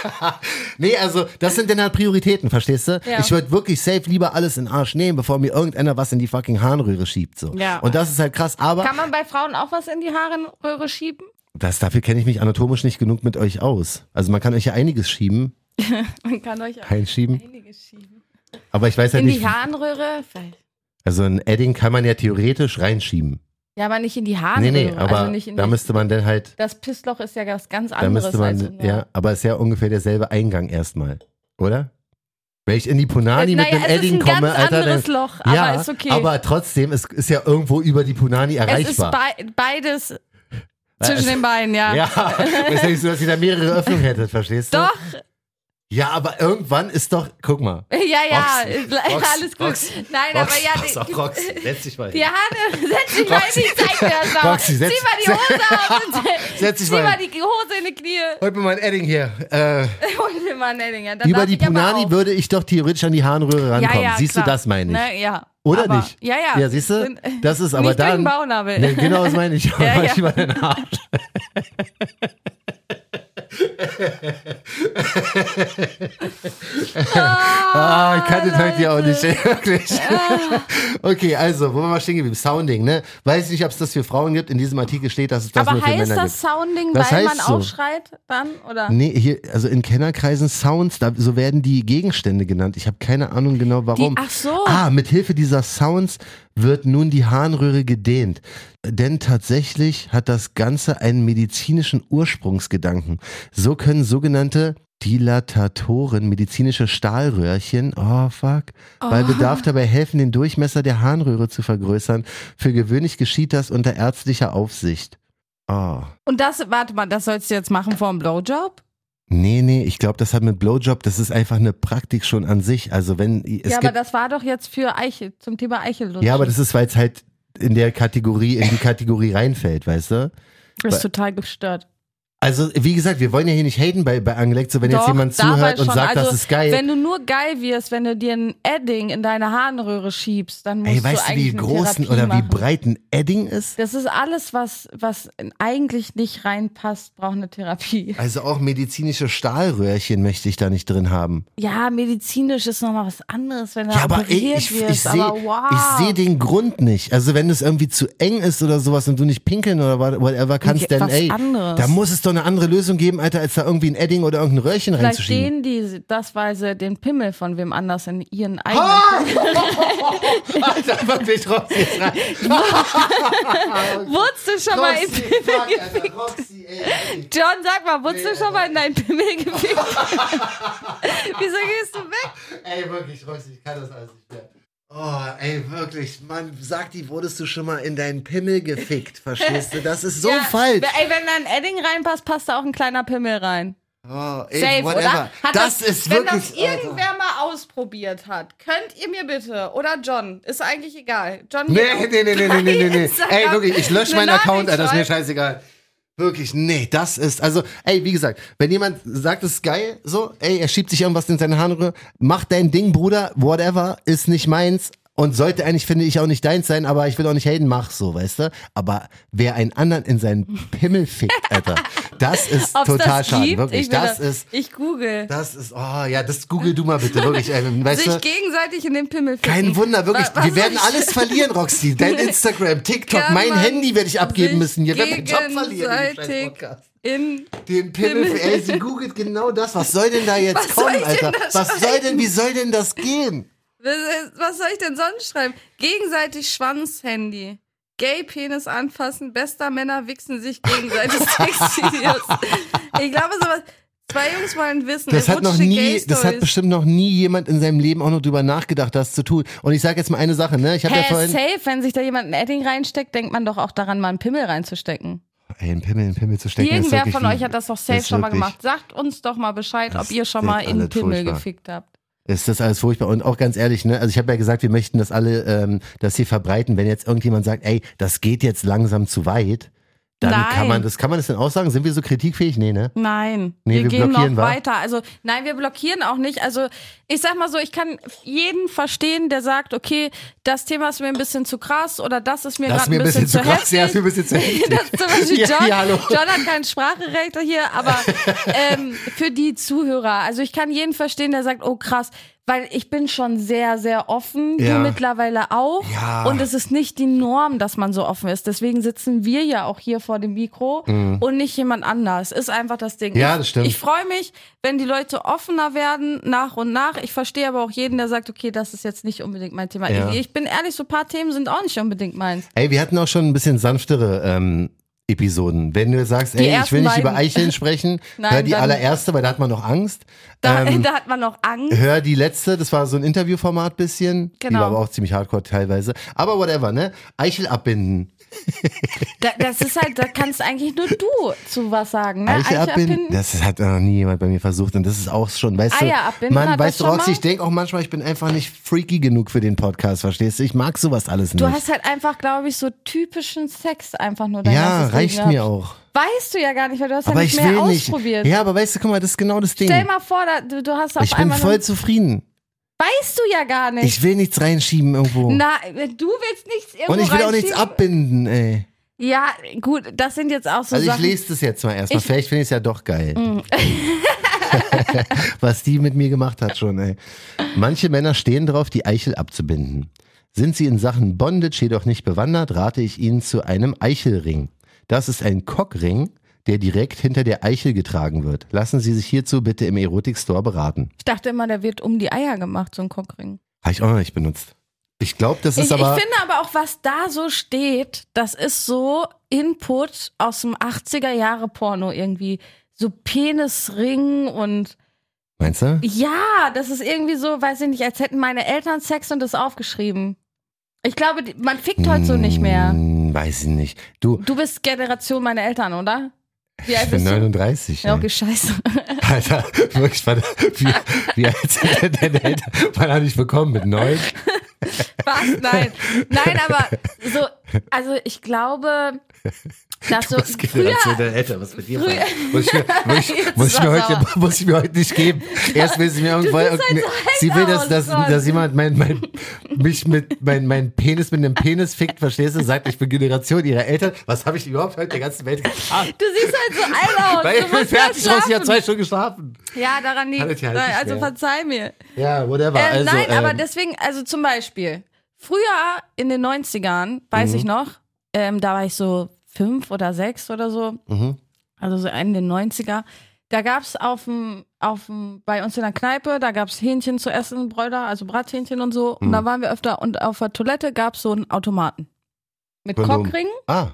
Speaker 2: nee, also das sind dann halt Prioritäten, verstehst du?
Speaker 1: Ja.
Speaker 2: Ich würde wirklich safe lieber alles in den Arsch nehmen, bevor mir irgendeiner was in die fucking Harnröhre schiebt. So.
Speaker 1: Ja.
Speaker 2: Und das ist halt krass, aber
Speaker 1: Kann man bei Frauen auch was in die Haarenröhre schieben?
Speaker 2: das, dafür kenne ich mich anatomisch nicht genug mit euch aus. Also man kann euch ja einiges schieben,
Speaker 1: Man kann euch auch
Speaker 2: einschieben,
Speaker 1: einiges schieben.
Speaker 2: aber ich weiß halt
Speaker 1: In
Speaker 2: nicht.
Speaker 1: die Haarenröhre? Vielleicht.
Speaker 2: Also ein Edding kann man ja theoretisch reinschieben.
Speaker 1: Ja, aber nicht in die
Speaker 2: Nee,
Speaker 1: Haarenröhre.
Speaker 2: nee, aber
Speaker 1: also nicht in
Speaker 2: da
Speaker 1: die,
Speaker 2: müsste man dann halt,
Speaker 1: das Pissloch ist ja was ganz
Speaker 2: da
Speaker 1: anderes
Speaker 2: müsste
Speaker 1: als
Speaker 2: man,
Speaker 1: unser.
Speaker 2: ja, aber ist ja ungefähr derselbe Eingang erstmal, oder? Wenn ich in die Punani
Speaker 1: Äh, naja,
Speaker 2: mit einem
Speaker 1: es ist
Speaker 2: Edding
Speaker 1: ein
Speaker 2: komme,
Speaker 1: ganz
Speaker 2: Alter, dann,
Speaker 1: anderes Loch, aber
Speaker 2: ja,
Speaker 1: ist okay.
Speaker 2: aber trotzdem ist, ist ja irgendwo über die Punani
Speaker 1: es ist
Speaker 2: erreichbar.
Speaker 1: bei, beides
Speaker 2: Weil
Speaker 1: zwischen
Speaker 2: Äh, es-
Speaker 1: den Beinen, ja.
Speaker 2: ja, das ist ja nicht so, dass ihr da mehrere Öffnungen hättet, verstehst du?
Speaker 1: Doch,
Speaker 2: Ja, aber irgendwann ist doch, guck mal.
Speaker 1: ja, ja,
Speaker 2: Roxy,
Speaker 1: ist-
Speaker 2: Roxy,
Speaker 1: alles gut.
Speaker 2: Roxy,
Speaker 1: Nein,
Speaker 2: Roxy,
Speaker 1: aber
Speaker 2: pass
Speaker 1: ja,
Speaker 2: auf,
Speaker 1: die,
Speaker 2: Roxy, setz dich mal hin.
Speaker 1: die Hand, setz dich mal
Speaker 2: Roxy.
Speaker 1: hin, ich zeig dir das mal.
Speaker 2: Roxy, setz-
Speaker 1: also. zieh mal die Hose ab und
Speaker 2: Setz dich
Speaker 1: zieh
Speaker 2: mal
Speaker 1: mal
Speaker 2: hin.
Speaker 1: die Hose in die Knie.
Speaker 2: Hol mir mal ein Edding hier. Äh,
Speaker 1: Hol dir mal einen Ellinger. dann
Speaker 2: über
Speaker 1: darf
Speaker 2: die
Speaker 1: ich aber
Speaker 2: Punani
Speaker 1: auch.
Speaker 2: würde ich doch theoretisch an die Harnröhre rankommen.
Speaker 1: Ja, ja,
Speaker 2: Siehst
Speaker 1: klar.
Speaker 2: du, das meine ich.
Speaker 1: Ne, ja.
Speaker 2: Oder
Speaker 1: aber,
Speaker 2: nicht?
Speaker 1: Ja, ja.
Speaker 2: Ja, siehst du?
Speaker 1: Sind-
Speaker 2: Das ist aber
Speaker 1: nicht durch
Speaker 2: dann.
Speaker 1: den Bauchnabel.
Speaker 2: Nee, genau, das meine ich.
Speaker 1: Ja,
Speaker 2: Mach
Speaker 1: ja.
Speaker 2: ich mal den Arsch. ah, ich kann das heute ja auch nicht, wirklich.
Speaker 1: Ah.
Speaker 2: okay, also, wo wir mal stehen geblieben? Sounding, ne? Weiß nicht, ob es das für Frauen gibt. In diesem Artikel steht, dass es das
Speaker 1: aber
Speaker 2: nur für Männer
Speaker 1: heißt
Speaker 2: gibt.
Speaker 1: das Sounding,
Speaker 2: Das
Speaker 1: weil man
Speaker 2: heißt so.
Speaker 1: aufschreit dann? Oder?
Speaker 2: Nee, hier, also in Kennerkreisen Sounds, da, so werden die Gegenstände genannt. Ich habe keine Ahnung genau warum.
Speaker 1: ach so.
Speaker 2: Ah, mit Hilfe dieser Sounds wird nun die Harnröhre gedehnt. Denn tatsächlich hat das Ganze einen medizinischen Ursprungsgedanken. So können sogenannte Dilatatoren, medizinische Stahlröhrchen, oh fuck, bei Bedarf dabei helfen, den Durchmesser der Harnröhre zu vergrößern. Für gewöhnlich geschieht das unter ärztlicher Aufsicht. Oh.
Speaker 1: Und das, warte mal, das sollst du jetzt machen vor dem Blowjob?
Speaker 2: Nee, nee, ich glaube, das hat mit Blowjob, das ist einfach eine Praktik schon an sich. Also wenn es
Speaker 1: ja, aber
Speaker 2: gibt,
Speaker 1: das war doch jetzt für Eichel, zum Thema Eichellutschen.
Speaker 2: ja, aber das ist, weil es halt in der Kategorie, in die Kategorie reinfällt, weißt du?
Speaker 1: ist total gestört.
Speaker 2: Also, wie gesagt, wir wollen ja hier nicht haten bei, bei Angelegt, so wenn
Speaker 1: Doch,
Speaker 2: jetzt jemand
Speaker 1: dabei
Speaker 2: zuhört und
Speaker 1: schon.
Speaker 2: sagt,
Speaker 1: also,
Speaker 2: das ist geil.
Speaker 1: Wenn du nur geil wirst, wenn du dir ein Edding in deine Harnröhre schiebst, dann musst
Speaker 2: Ey,
Speaker 1: du
Speaker 2: weißt du,
Speaker 1: eigentlich
Speaker 2: wie
Speaker 1: eine
Speaker 2: groß ein-
Speaker 1: Therapie
Speaker 2: oder wie
Speaker 1: machen.
Speaker 2: breit ein Edding ist?
Speaker 1: Das ist alles, was, was eigentlich nicht reinpasst, braucht eine Therapie.
Speaker 2: Also auch medizinische Stahlröhrchen möchte ich da nicht drin haben.
Speaker 1: Ja, medizinisch ist nochmal was anderes, wenn du
Speaker 2: Ja, aber ey,
Speaker 1: operiert
Speaker 2: ich,
Speaker 1: wirst.
Speaker 2: ich sehe
Speaker 1: aber wow.
Speaker 2: ich seh den Grund nicht. Also wenn es irgendwie zu eng ist oder sowas und du nicht pinkeln oder wa- whatever kannst,
Speaker 1: Okay,
Speaker 2: dann
Speaker 1: was
Speaker 2: ey,
Speaker 1: anderes.
Speaker 2: da muss es doch eine andere Lösung geben, Alter, als da irgendwie ein Edding oder irgendein Röhrchen
Speaker 1: Vielleicht sehen
Speaker 2: reinzuschieben.
Speaker 1: die das, weil sie den Pimmel von wem anders in ihren eigenen.
Speaker 2: Ah! Alter, wirklich, Roxy, jetzt rein.
Speaker 1: Wurdest du schon mal in
Speaker 2: Roxy,
Speaker 1: Pimmel
Speaker 2: fuck, Alter, Roxy, ey, ey.
Speaker 1: John, sag mal, wurdest du
Speaker 2: also-
Speaker 1: schon mal in deinen Pimmel gefickt? Wieso gehst du weg?
Speaker 2: Ey, wirklich, Roxy, ich kann das alles nicht mehr. Oh, ey, wirklich, Mann, sag die, wurdest du schon mal in deinen Pimmel gefickt, verstehst du? Das ist so
Speaker 1: Ja,
Speaker 2: falsch.
Speaker 1: Ey, wenn da ein Edding reinpasst, passt da auch ein kleiner Pimmel rein.
Speaker 2: Oh, ey,
Speaker 1: Safe,
Speaker 2: whatever.
Speaker 1: oder? Hat
Speaker 2: das,
Speaker 1: das-
Speaker 2: ist
Speaker 1: Wenn
Speaker 2: wirklich.
Speaker 1: das irgendwer mal ausprobiert hat, könnt ihr mir bitte, oder John, ist eigentlich egal. John
Speaker 2: Nee,
Speaker 1: geht auch
Speaker 2: nee, nee, nee,
Speaker 1: bei
Speaker 2: nee, nee, nee.
Speaker 1: Instagram
Speaker 2: Ey, wirklich, ich lösche
Speaker 1: eine
Speaker 2: meinen Account, Alter, ist mir
Speaker 1: Nachricht
Speaker 2: scheißegal. Wirklich, nee, das ist, also, ey, wie gesagt, wenn jemand sagt, es ist geil, so, ey, er schiebt sich irgendwas in seine Haare, mach dein Ding, Bruder, whatever, ist nicht meins und sollte eigentlich, finde ich, auch nicht deins sein, aber ich will auch nicht Hayden, mach so, weißt du? Aber wer einen anderen in seinen Pimmel fickt, Alter, das ist
Speaker 1: schreiben. Ob's
Speaker 2: total
Speaker 1: das
Speaker 2: schade,
Speaker 1: gibt?
Speaker 2: wirklich,
Speaker 1: Ich will
Speaker 2: das ist,
Speaker 1: Ich google.
Speaker 2: das ist, oh ja, das google du mal bitte, wirklich, ey, weißt du?
Speaker 1: Sich gegenseitig in den Pimmel ficken.
Speaker 2: Kein Wunder, wirklich.
Speaker 1: Wa- was
Speaker 2: wir werden
Speaker 1: soll ich-
Speaker 2: alles verlieren, Roxy. Dein Instagram, TikTok,
Speaker 1: Kann
Speaker 2: mein
Speaker 1: man
Speaker 2: Handy werde ich abgeben
Speaker 1: sich
Speaker 2: müssen. Ihr werdet den Job verlieren. diesen scheiß
Speaker 1: gegenseitig
Speaker 2: Podcast.
Speaker 1: in
Speaker 2: Den Pimmel,
Speaker 1: Pimmel.
Speaker 2: ey, sie googelt genau das. Was soll denn da jetzt
Speaker 1: Was soll
Speaker 2: kommen,
Speaker 1: ich denn
Speaker 2: Alter?
Speaker 1: da
Speaker 2: Was soll denn, wie soll denn das gehen?
Speaker 1: Was soll ich denn sonst schreiben? Gegenseitig Schwanzhandy. Gay-Penis anfassen, bester Männer wichsen sich gegenseitig Sexvideos. Ich glaube, sowas. Zwei Jungs wollen wissen,
Speaker 2: Das hat noch
Speaker 1: erotische
Speaker 2: nie, das hat
Speaker 1: Gay-Stories.
Speaker 2: bestimmt noch nie jemand in seinem Leben auch noch drüber nachgedacht, das zu tun. Und ich sage jetzt mal eine Sache, ne? Ich habe ja
Speaker 1: Hä,
Speaker 2: vorhin.
Speaker 1: safe, wenn sich da jemand ein Edding reinsteckt, denkt man doch auch daran, mal einen Pimmel reinzustecken.
Speaker 2: Ey, einen Pimmel, einen Pimmel zu stecken. ist
Speaker 1: Irgendwer
Speaker 2: wirklich
Speaker 1: von
Speaker 2: wie-
Speaker 1: euch hat das doch safe
Speaker 2: ist
Speaker 1: schon mal
Speaker 2: wirklich-
Speaker 1: gemacht. Sagt uns doch mal Bescheid, ob
Speaker 2: Das
Speaker 1: ihr schon mal
Speaker 2: ist
Speaker 1: in einen
Speaker 2: alles
Speaker 1: Pimmel
Speaker 2: furchtbar.
Speaker 1: gefickt habt.
Speaker 2: Ist das alles furchtbar. Und auch ganz ehrlich, ne, also ich habe ja gesagt, wir möchten das alle, ähm, das hier verbreiten. Wenn jetzt irgendjemand sagt, ey, das geht jetzt langsam zu weit, dann
Speaker 1: Nein.
Speaker 2: kann man das, kann man das denn aussagen? Sind wir so kritikfähig? Nee, ne?
Speaker 1: Nein,
Speaker 2: Nee,
Speaker 1: wir,
Speaker 2: wir
Speaker 1: gehen noch
Speaker 2: blockieren, wa?
Speaker 1: weiter. Also nein, wir blockieren auch nicht. Also ich sag mal so, ich kann jeden verstehen, der sagt, okay, das Thema ist mir ein bisschen zu krass oder das ist mir gerade
Speaker 2: Das ist mir
Speaker 1: ein bisschen, zu
Speaker 2: krass, ja, ist mir
Speaker 1: heftig.
Speaker 2: ein bisschen zu heftig.
Speaker 1: Das ist zum Beispiel
Speaker 2: Ja,
Speaker 1: John,
Speaker 2: ja, hallo.
Speaker 1: John hat kein Spracherecht hier, aber ähm, für die Zuhörer, also ich kann jeden verstehen, der sagt, oh krass, weil ich bin schon sehr, sehr offen,
Speaker 2: Ja.
Speaker 1: du mittlerweile auch
Speaker 2: Ja.
Speaker 1: und es ist nicht die Norm, dass man so offen ist. Deswegen sitzen wir ja auch hier vor dem Mikro und nicht jemand anders. Ist einfach das Ding.
Speaker 2: Mhm. Ja, das stimmt.
Speaker 1: Ich freue mich, wenn die Leute offener werden, nach und nach. Ich verstehe aber auch jeden, der sagt, okay, das ist jetzt nicht unbedingt mein Thema.
Speaker 2: Ja.
Speaker 1: Ich, ich bin ehrlich, so ein paar Themen sind auch nicht unbedingt meins.
Speaker 2: Ey, wir hatten auch schon ein bisschen sanftere ähm, Episoden. Wenn du sagst,
Speaker 1: Die
Speaker 2: ey, ich will nicht
Speaker 1: ersten
Speaker 2: über
Speaker 1: beiden.
Speaker 2: Eicheln sprechen,
Speaker 1: Nein,
Speaker 2: hör die
Speaker 1: dann-
Speaker 2: allererste, weil da hat man noch Angst.
Speaker 1: Da,
Speaker 2: Ähm,
Speaker 1: da hat man noch Angst.
Speaker 2: Hör die letzte, das war so ein Interviewformat bisschen. Die
Speaker 1: Genau.
Speaker 2: war aber auch ziemlich hardcore teilweise. Aber whatever, ne? Eichel abbinden.
Speaker 1: Da, das ist halt, da kannst eigentlich nur du zu was sagen. Ne?
Speaker 2: Eiche abbinden,
Speaker 1: abbinden.
Speaker 2: das hat noch nie jemand bei mir versucht und das ist auch schon, weißt du,
Speaker 1: Eier abbinden,
Speaker 2: man,
Speaker 1: hat
Speaker 2: weißt du,
Speaker 1: das schon
Speaker 2: Roxy,
Speaker 1: mal?
Speaker 2: ich denke auch manchmal, ich bin einfach nicht freaky genug für den Podcast, verstehst du? Ich mag sowas alles nicht.
Speaker 1: Du hast halt einfach, glaube ich, so typischen Sex einfach nur dein
Speaker 2: ja,
Speaker 1: ganzes
Speaker 2: reicht
Speaker 1: Leben
Speaker 2: mir
Speaker 1: gehabt.
Speaker 2: auch.
Speaker 1: Weißt du ja gar nicht, weil du hast
Speaker 2: aber
Speaker 1: ja nicht
Speaker 2: ich
Speaker 1: mehr
Speaker 2: will nicht.
Speaker 1: ausprobiert.
Speaker 2: Ja, aber weißt du, guck mal, das ist genau das Ding.
Speaker 1: Stell mal vor, da, du, du hast auf
Speaker 2: ich bin
Speaker 1: einmal.
Speaker 2: voll
Speaker 1: nur-
Speaker 2: zufrieden.
Speaker 1: weißt du ja gar nicht.
Speaker 2: Ich will nichts reinschieben irgendwo.
Speaker 1: Na, du willst nichts irgendwo
Speaker 2: und ich will auch nichts
Speaker 1: reinschieben.
Speaker 2: abbinden, ey.
Speaker 1: Ja, gut, das sind jetzt auch so
Speaker 2: Also ich
Speaker 1: Sachen.
Speaker 2: lese das jetzt mal erstmal.
Speaker 1: Ich- Mm.
Speaker 2: Vielleicht finde ich es ja doch geil. Was die mit mir gemacht hat schon, ey. Manche Männer stehen drauf, die Eichel abzubinden. Sind sie in Sachen Bondage jedoch nicht bewandert, rate ich ihnen zu einem Eichelring. Das ist ein Cockring, der direkt hinter der Eichel getragen wird. Lassen Sie sich hierzu bitte im Erotik-Store beraten.
Speaker 1: ich dachte immer, der wird um die Eier gemacht, so ein Cockring.
Speaker 2: Habe ich auch noch nicht benutzt. Ich glaube, das
Speaker 1: Ich,
Speaker 2: ist
Speaker 1: ich
Speaker 2: aber...
Speaker 1: finde aber auch, was da so steht, das ist so Input aus dem 80er-Jahre-Porno irgendwie. So Penisring und
Speaker 2: meinst du?
Speaker 1: ja, das ist irgendwie so, weiß ich nicht, als hätten meine Eltern Sex und das aufgeschrieben. Ich glaube, die- man fickt heute so nicht mehr.
Speaker 2: Hm, weiß ich nicht. Du,
Speaker 1: Du bist Generation meiner Eltern, oder? Wie alt
Speaker 2: ich bin
Speaker 1: bist du?
Speaker 2: 39.
Speaker 1: Ja,
Speaker 2: ey.
Speaker 1: okay, scheiße.
Speaker 2: Alter, wirklich, warte, wie, wie alt sind denn deine Eltern? Wann habe ich bekommen? Mit neun?
Speaker 1: Was? Nein. Nein, aber so, also ich glaube, dass so
Speaker 2: Was Generation
Speaker 1: früher,
Speaker 2: deiner Eltern? Was mit dir?
Speaker 1: früher-
Speaker 2: Früher, muss, ich mir, muss, ich,
Speaker 1: Jetzt
Speaker 2: muss, ich mir
Speaker 1: war
Speaker 2: heute, muss ich mir heute nicht geben. Erst will sie mir irgendwo.
Speaker 1: siehst halt so
Speaker 2: irgendeine-
Speaker 1: alt
Speaker 2: sie will, dass,
Speaker 1: aus,
Speaker 2: dass,
Speaker 1: Mann.
Speaker 2: dass jemand mein, mein, mich mit mein, mein Penis mit einem Penis fickt, verstehst du? Sagt, ich bin Generation ihrer Eltern. Was habe ich überhaupt heute der ganzen Welt getan?
Speaker 1: du siehst halt so alt aus.
Speaker 2: Weil
Speaker 1: du
Speaker 2: ich bin
Speaker 1: musst mehr
Speaker 2: fertig raus, ich habe
Speaker 1: schlafen.
Speaker 2: zwei Stunden geschlafen.
Speaker 1: Ja, daran
Speaker 2: Kann ich
Speaker 1: liegt.
Speaker 2: ja halt nicht
Speaker 1: Also
Speaker 2: mehr.
Speaker 1: verzeih mir.
Speaker 2: Ja, whatever.
Speaker 1: Ähm,
Speaker 2: also,
Speaker 1: nein, aber
Speaker 2: ähm,
Speaker 1: deswegen, also zum Beispiel, früher in den 90ern, weiß
Speaker 2: Mhm.
Speaker 1: ich noch, ähm, da war ich so fünf oder sechs oder so,
Speaker 2: Mhm.
Speaker 1: also so Ende den 90er, da gab's aufm, aufm, bei uns in der Kneipe, da gab's Hähnchen zu essen, Bräuder, also Brathähnchen und so. Und
Speaker 2: Mhm.
Speaker 1: da waren wir öfter und auf der Toilette gab's so einen Automaten. Mit
Speaker 2: Kondom.
Speaker 1: Cockring,
Speaker 2: Ah,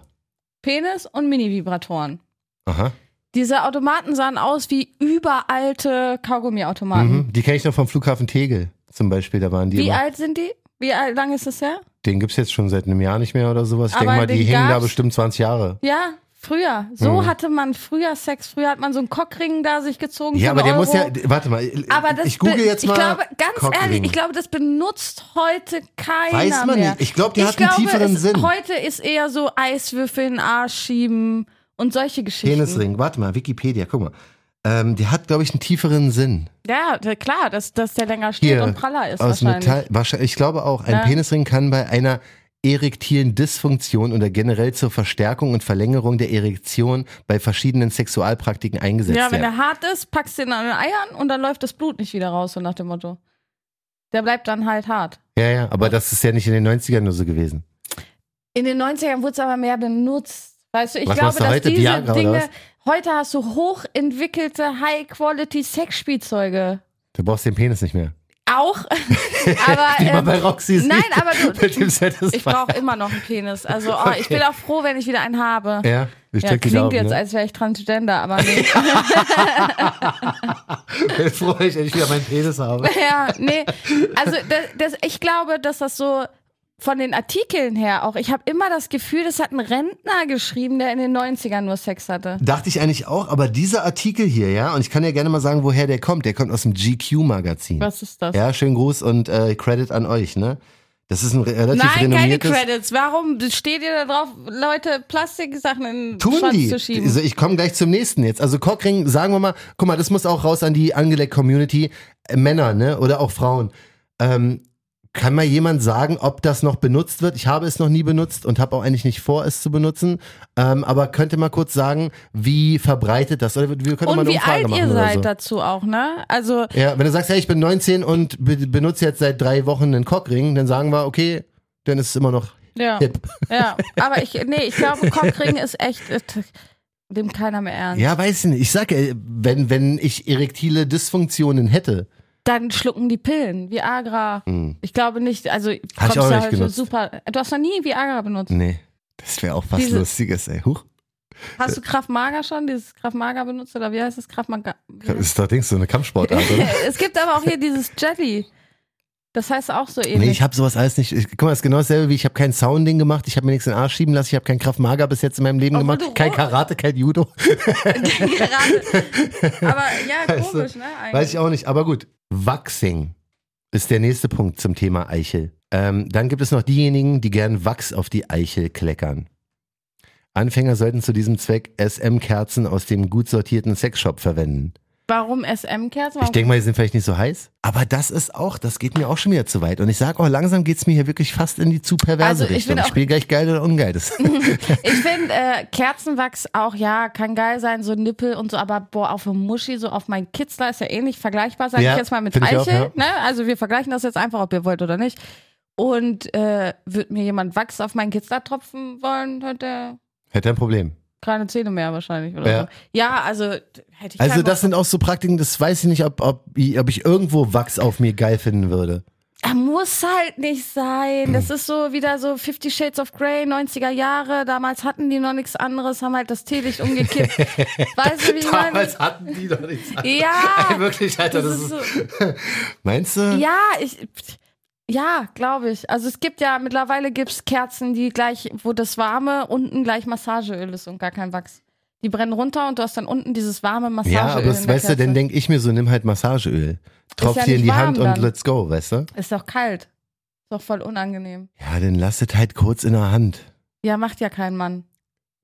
Speaker 1: Penis und Mini-Vibratoren.
Speaker 2: aha.
Speaker 1: Diese Automaten sahen aus wie überalte Kaugummi-Automaten.
Speaker 2: Mhm. Die kenne ich noch vom Flughafen Tegel zum Beispiel. Da waren die.
Speaker 1: Wie
Speaker 2: immer.
Speaker 1: alt sind die? Wie alt, lang ist das her?
Speaker 2: Den gibt's jetzt schon seit einem Jahr nicht mehr oder sowas. Ich
Speaker 1: Aber
Speaker 2: denke mal, die
Speaker 1: den
Speaker 2: hängen da
Speaker 1: gab's-
Speaker 2: bestimmt 20 Jahre.
Speaker 1: Ja, Früher,
Speaker 2: Hm.
Speaker 1: so hatte man früher Sex. Früher hat man so einen Cockring da sich gezogen.
Speaker 2: Ja,
Speaker 1: für
Speaker 2: aber der
Speaker 1: einen
Speaker 2: muss
Speaker 1: Euro.
Speaker 2: ja, warte mal,
Speaker 1: Aber das
Speaker 2: ich google
Speaker 1: be-
Speaker 2: jetzt mal.
Speaker 1: Ich glaube, ganz
Speaker 2: Cockring.
Speaker 1: ehrlich, ich glaube, das benutzt heute keiner
Speaker 2: Weiß man
Speaker 1: mehr.
Speaker 2: nicht. Ich glaube, die hat einen
Speaker 1: glaube,
Speaker 2: tieferen
Speaker 1: es,
Speaker 2: Sinn.
Speaker 1: Heute ist eher so Eiswürfel in den Arsch schieben und solche Geschichten.
Speaker 2: Penisring, warte mal, Wikipedia, guck mal. Ähm, die hat, glaube ich, einen tieferen Sinn.
Speaker 1: Ja, da- klar, dass, dass der länger steht
Speaker 2: Hier,
Speaker 1: und praller ist
Speaker 2: aus
Speaker 1: wahrscheinlich.
Speaker 2: Metall. Wahrscheinlich, ich glaube auch, ein
Speaker 1: Ja.
Speaker 2: Penisring kann bei einer erektilen Dysfunktion oder generell zur Verstärkung und Verlängerung der Erektion bei verschiedenen Sexualpraktiken eingesetzt
Speaker 1: Ja, wenn
Speaker 2: werden.
Speaker 1: der hart ist, packst du ihn an den Eiern und dann läuft das Blut nicht wieder raus, so nach dem Motto. Der bleibt dann halt hart.
Speaker 2: Ja, ja, aber das ist ja nicht in den 90ern nur so gewesen.
Speaker 1: In den 90ern wurde es aber mehr benutzt. Weißt du, ich
Speaker 2: Was
Speaker 1: glaube,
Speaker 2: machst du
Speaker 1: dass
Speaker 2: heute?
Speaker 1: diese
Speaker 2: Viagra oder
Speaker 1: Dinge.
Speaker 2: was?
Speaker 1: Heute hast du hochentwickelte High-Quality-Sexspielzeuge.
Speaker 2: Du brauchst den Penis nicht mehr.
Speaker 1: Auch, aber.
Speaker 2: Wie man
Speaker 1: ähm,
Speaker 2: bei Roxy sieht.
Speaker 1: nein, aber du-
Speaker 2: mit dem Satisfier.
Speaker 1: ich brauche immer noch einen Penis. Also, oh, ich
Speaker 2: Okay.
Speaker 1: bin auch froh, wenn ich wieder einen habe.
Speaker 2: Ja, ich
Speaker 1: Ja,
Speaker 2: drück die
Speaker 1: klingt
Speaker 2: Daumen.
Speaker 1: jetzt,
Speaker 2: ne?
Speaker 1: als wäre ich Transgender, aber nee.
Speaker 2: Ich freue mich, wenn ich wieder meinen Penis habe.
Speaker 1: ja, nee. Also das, das, ich glaube, dass das so von den Artikeln her auch, ich habe immer das Gefühl, das hat ein Rentner geschrieben, der in den 90ern nur Sex hatte.
Speaker 2: Dachte ich eigentlich auch, aber dieser Artikel hier, ja, und ich kann ja gerne mal sagen, woher der kommt. Der kommt aus dem GQ-Magazin.
Speaker 1: Was ist das?
Speaker 2: Ja, schönen Gruß und äh, Credit an euch, ne? Das ist ein re- relativ
Speaker 1: Nein, keine
Speaker 2: renommiertes.
Speaker 1: Credits. Warum steht ihr da drauf, Leute Plastiksachen in den
Speaker 2: Tun
Speaker 1: Schwanz
Speaker 2: die.
Speaker 1: zu schieben?
Speaker 2: Also ich komme gleich zum nächsten jetzt. Also Cockring, sagen wir mal, guck mal, das muss auch raus an die angeleckt Community, äh, Männer, ne? Oder auch Frauen. Ähm, kann mal jemand sagen, ob das noch benutzt wird? Ich habe es noch nie benutzt und habe auch eigentlich nicht vor, es zu benutzen. Ähm, aber könnte mal kurz sagen, wie verbreitet das? Oder wir können mal
Speaker 1: Und
Speaker 2: eine
Speaker 1: wie
Speaker 2: Umfrage
Speaker 1: alt
Speaker 2: machen
Speaker 1: ihr
Speaker 2: oder
Speaker 1: seid
Speaker 2: so.
Speaker 1: dazu auch, ne? Also
Speaker 2: Ja, wenn du sagst, hey, ich bin 19 und be benutze jetzt seit drei Wochen einen Cockring, dann sagen wir, okay, dann ist es immer noch
Speaker 1: ja,
Speaker 2: hip.
Speaker 1: ja. Aber ich, nee, ich glaube, Cockring ist echt, äh, dem keiner mehr ernst.
Speaker 2: Ja, weiß ich nicht. Ich sag, äh, wenn, wenn ich erektile Dysfunktionen hätte.
Speaker 1: Dann schlucken die Pillen, Viagra.
Speaker 2: Hm,
Speaker 1: Ich glaube nicht, also
Speaker 2: Hab ich
Speaker 1: kommst du
Speaker 2: auch nicht
Speaker 1: halt so
Speaker 2: genutzt. Äh.
Speaker 1: super. Du hast noch nie Viagra benutzt.
Speaker 2: nee. Das wäre auch was
Speaker 1: Diese-
Speaker 2: Lustiges, ey. Huch.
Speaker 1: Hast du Kraft Mager schon? Dieses Kraft Mager benutzt oder wie heißt das Kraft Mager?
Speaker 2: Das ist doch Dings, so eine Kampfsportart, oder?
Speaker 1: es gibt aber auch hier dieses Jelly. Das heißt auch so ähnlich.
Speaker 2: Nee, ich habe sowas alles nicht. Ich, guck mal, das ist genau dasselbe wie ich habe kein Sounding gemacht, ich habe mir nichts in den Arsch schieben lassen, ich habe kein Kraftmager bis jetzt in meinem Leben
Speaker 1: Obwohl du
Speaker 2: gemacht, kein
Speaker 1: rot-
Speaker 2: Karate, kein Judo.
Speaker 1: Gerade. aber ja,
Speaker 2: Weißt du,
Speaker 1: komisch, ne? Eigentlich.
Speaker 2: Also, Weiß ich auch nicht, aber gut. Waxing ist der nächste Punkt zum Thema Eichel. Ähm, dann gibt es noch diejenigen, die gern Wachs auf die Eichel kleckern. Anfänger sollten zu diesem Zweck SM-Kerzen aus dem gut sortierten Sexshop verwenden.
Speaker 1: Warum SM-Kerzen?
Speaker 2: Ich denke mal, die sind vielleicht nicht so heiß. Aber das ist auch, das geht mir auch schon wieder zu weit. Und ich sage auch, langsam geht es mir hier wirklich fast in die zu perverse
Speaker 1: Also, ich
Speaker 2: Richtung.
Speaker 1: bin
Speaker 2: Ich
Speaker 1: auch- Mhm.
Speaker 2: spiele gleich geil oder ungeiles.
Speaker 1: Ich finde äh, Kerzenwachs auch, ja, kann geil sein, so Nippel und so, aber boah, auf dem Muschi, so auf meinen Kitzler ist ja ähnlich vergleichbar, sage
Speaker 2: Ja,
Speaker 1: ich jetzt mal mit
Speaker 2: find ich
Speaker 1: Eichel.
Speaker 2: auch, ja.
Speaker 1: ne? Also wir vergleichen das jetzt einfach, ob ihr wollt oder nicht. Und äh, wird mir jemand Wachs auf meinen Kitzler tropfen wollen, hätte er
Speaker 2: Hätte ein Problem.
Speaker 1: keine Zähne mehr wahrscheinlich. Oder
Speaker 2: Ja.
Speaker 1: So. ja, also d- hätte ich
Speaker 2: Also
Speaker 1: keinen
Speaker 2: das
Speaker 1: Bock.
Speaker 2: sind auch so Praktiken, das weiß ich nicht, ob, ob, ob ich irgendwo Wachs auf mir geil finden würde.
Speaker 1: Ah, Muss halt nicht sein. Das ist so wieder so Fifty Shades of Grey, 90er Jahre. Damals hatten die noch nichts anderes, haben halt das Teelicht umgekippt. weißt du, wie ich meine?
Speaker 2: Damals hatten die doch nichts.
Speaker 1: Ja,
Speaker 2: Ey, wirklich, Alter, das, ist. äh.
Speaker 1: so.
Speaker 2: Meinst du?
Speaker 1: Ja, ich. Ja, glaube ich. Also es gibt ja, mittlerweile gibt's Kerzen, die gleich, wo das warme unten gleich Massageöl ist und gar kein Wachs. Die brennen runter und du hast dann unten dieses warme Massageöl.
Speaker 2: Ja, aber das,
Speaker 1: in der
Speaker 2: weißt du,
Speaker 1: Kerze.
Speaker 2: dann denk ich mir so, nimm halt Massageöl. Tropf
Speaker 1: ja
Speaker 2: dir in
Speaker 1: nicht
Speaker 2: die
Speaker 1: warm
Speaker 2: Hand und
Speaker 1: dann.
Speaker 2: let's go, weißt du?
Speaker 1: Ist doch kalt. Ist doch voll unangenehm.
Speaker 2: Ja, dann lass es halt kurz in der Hand.
Speaker 1: Ja, macht ja kein Mann.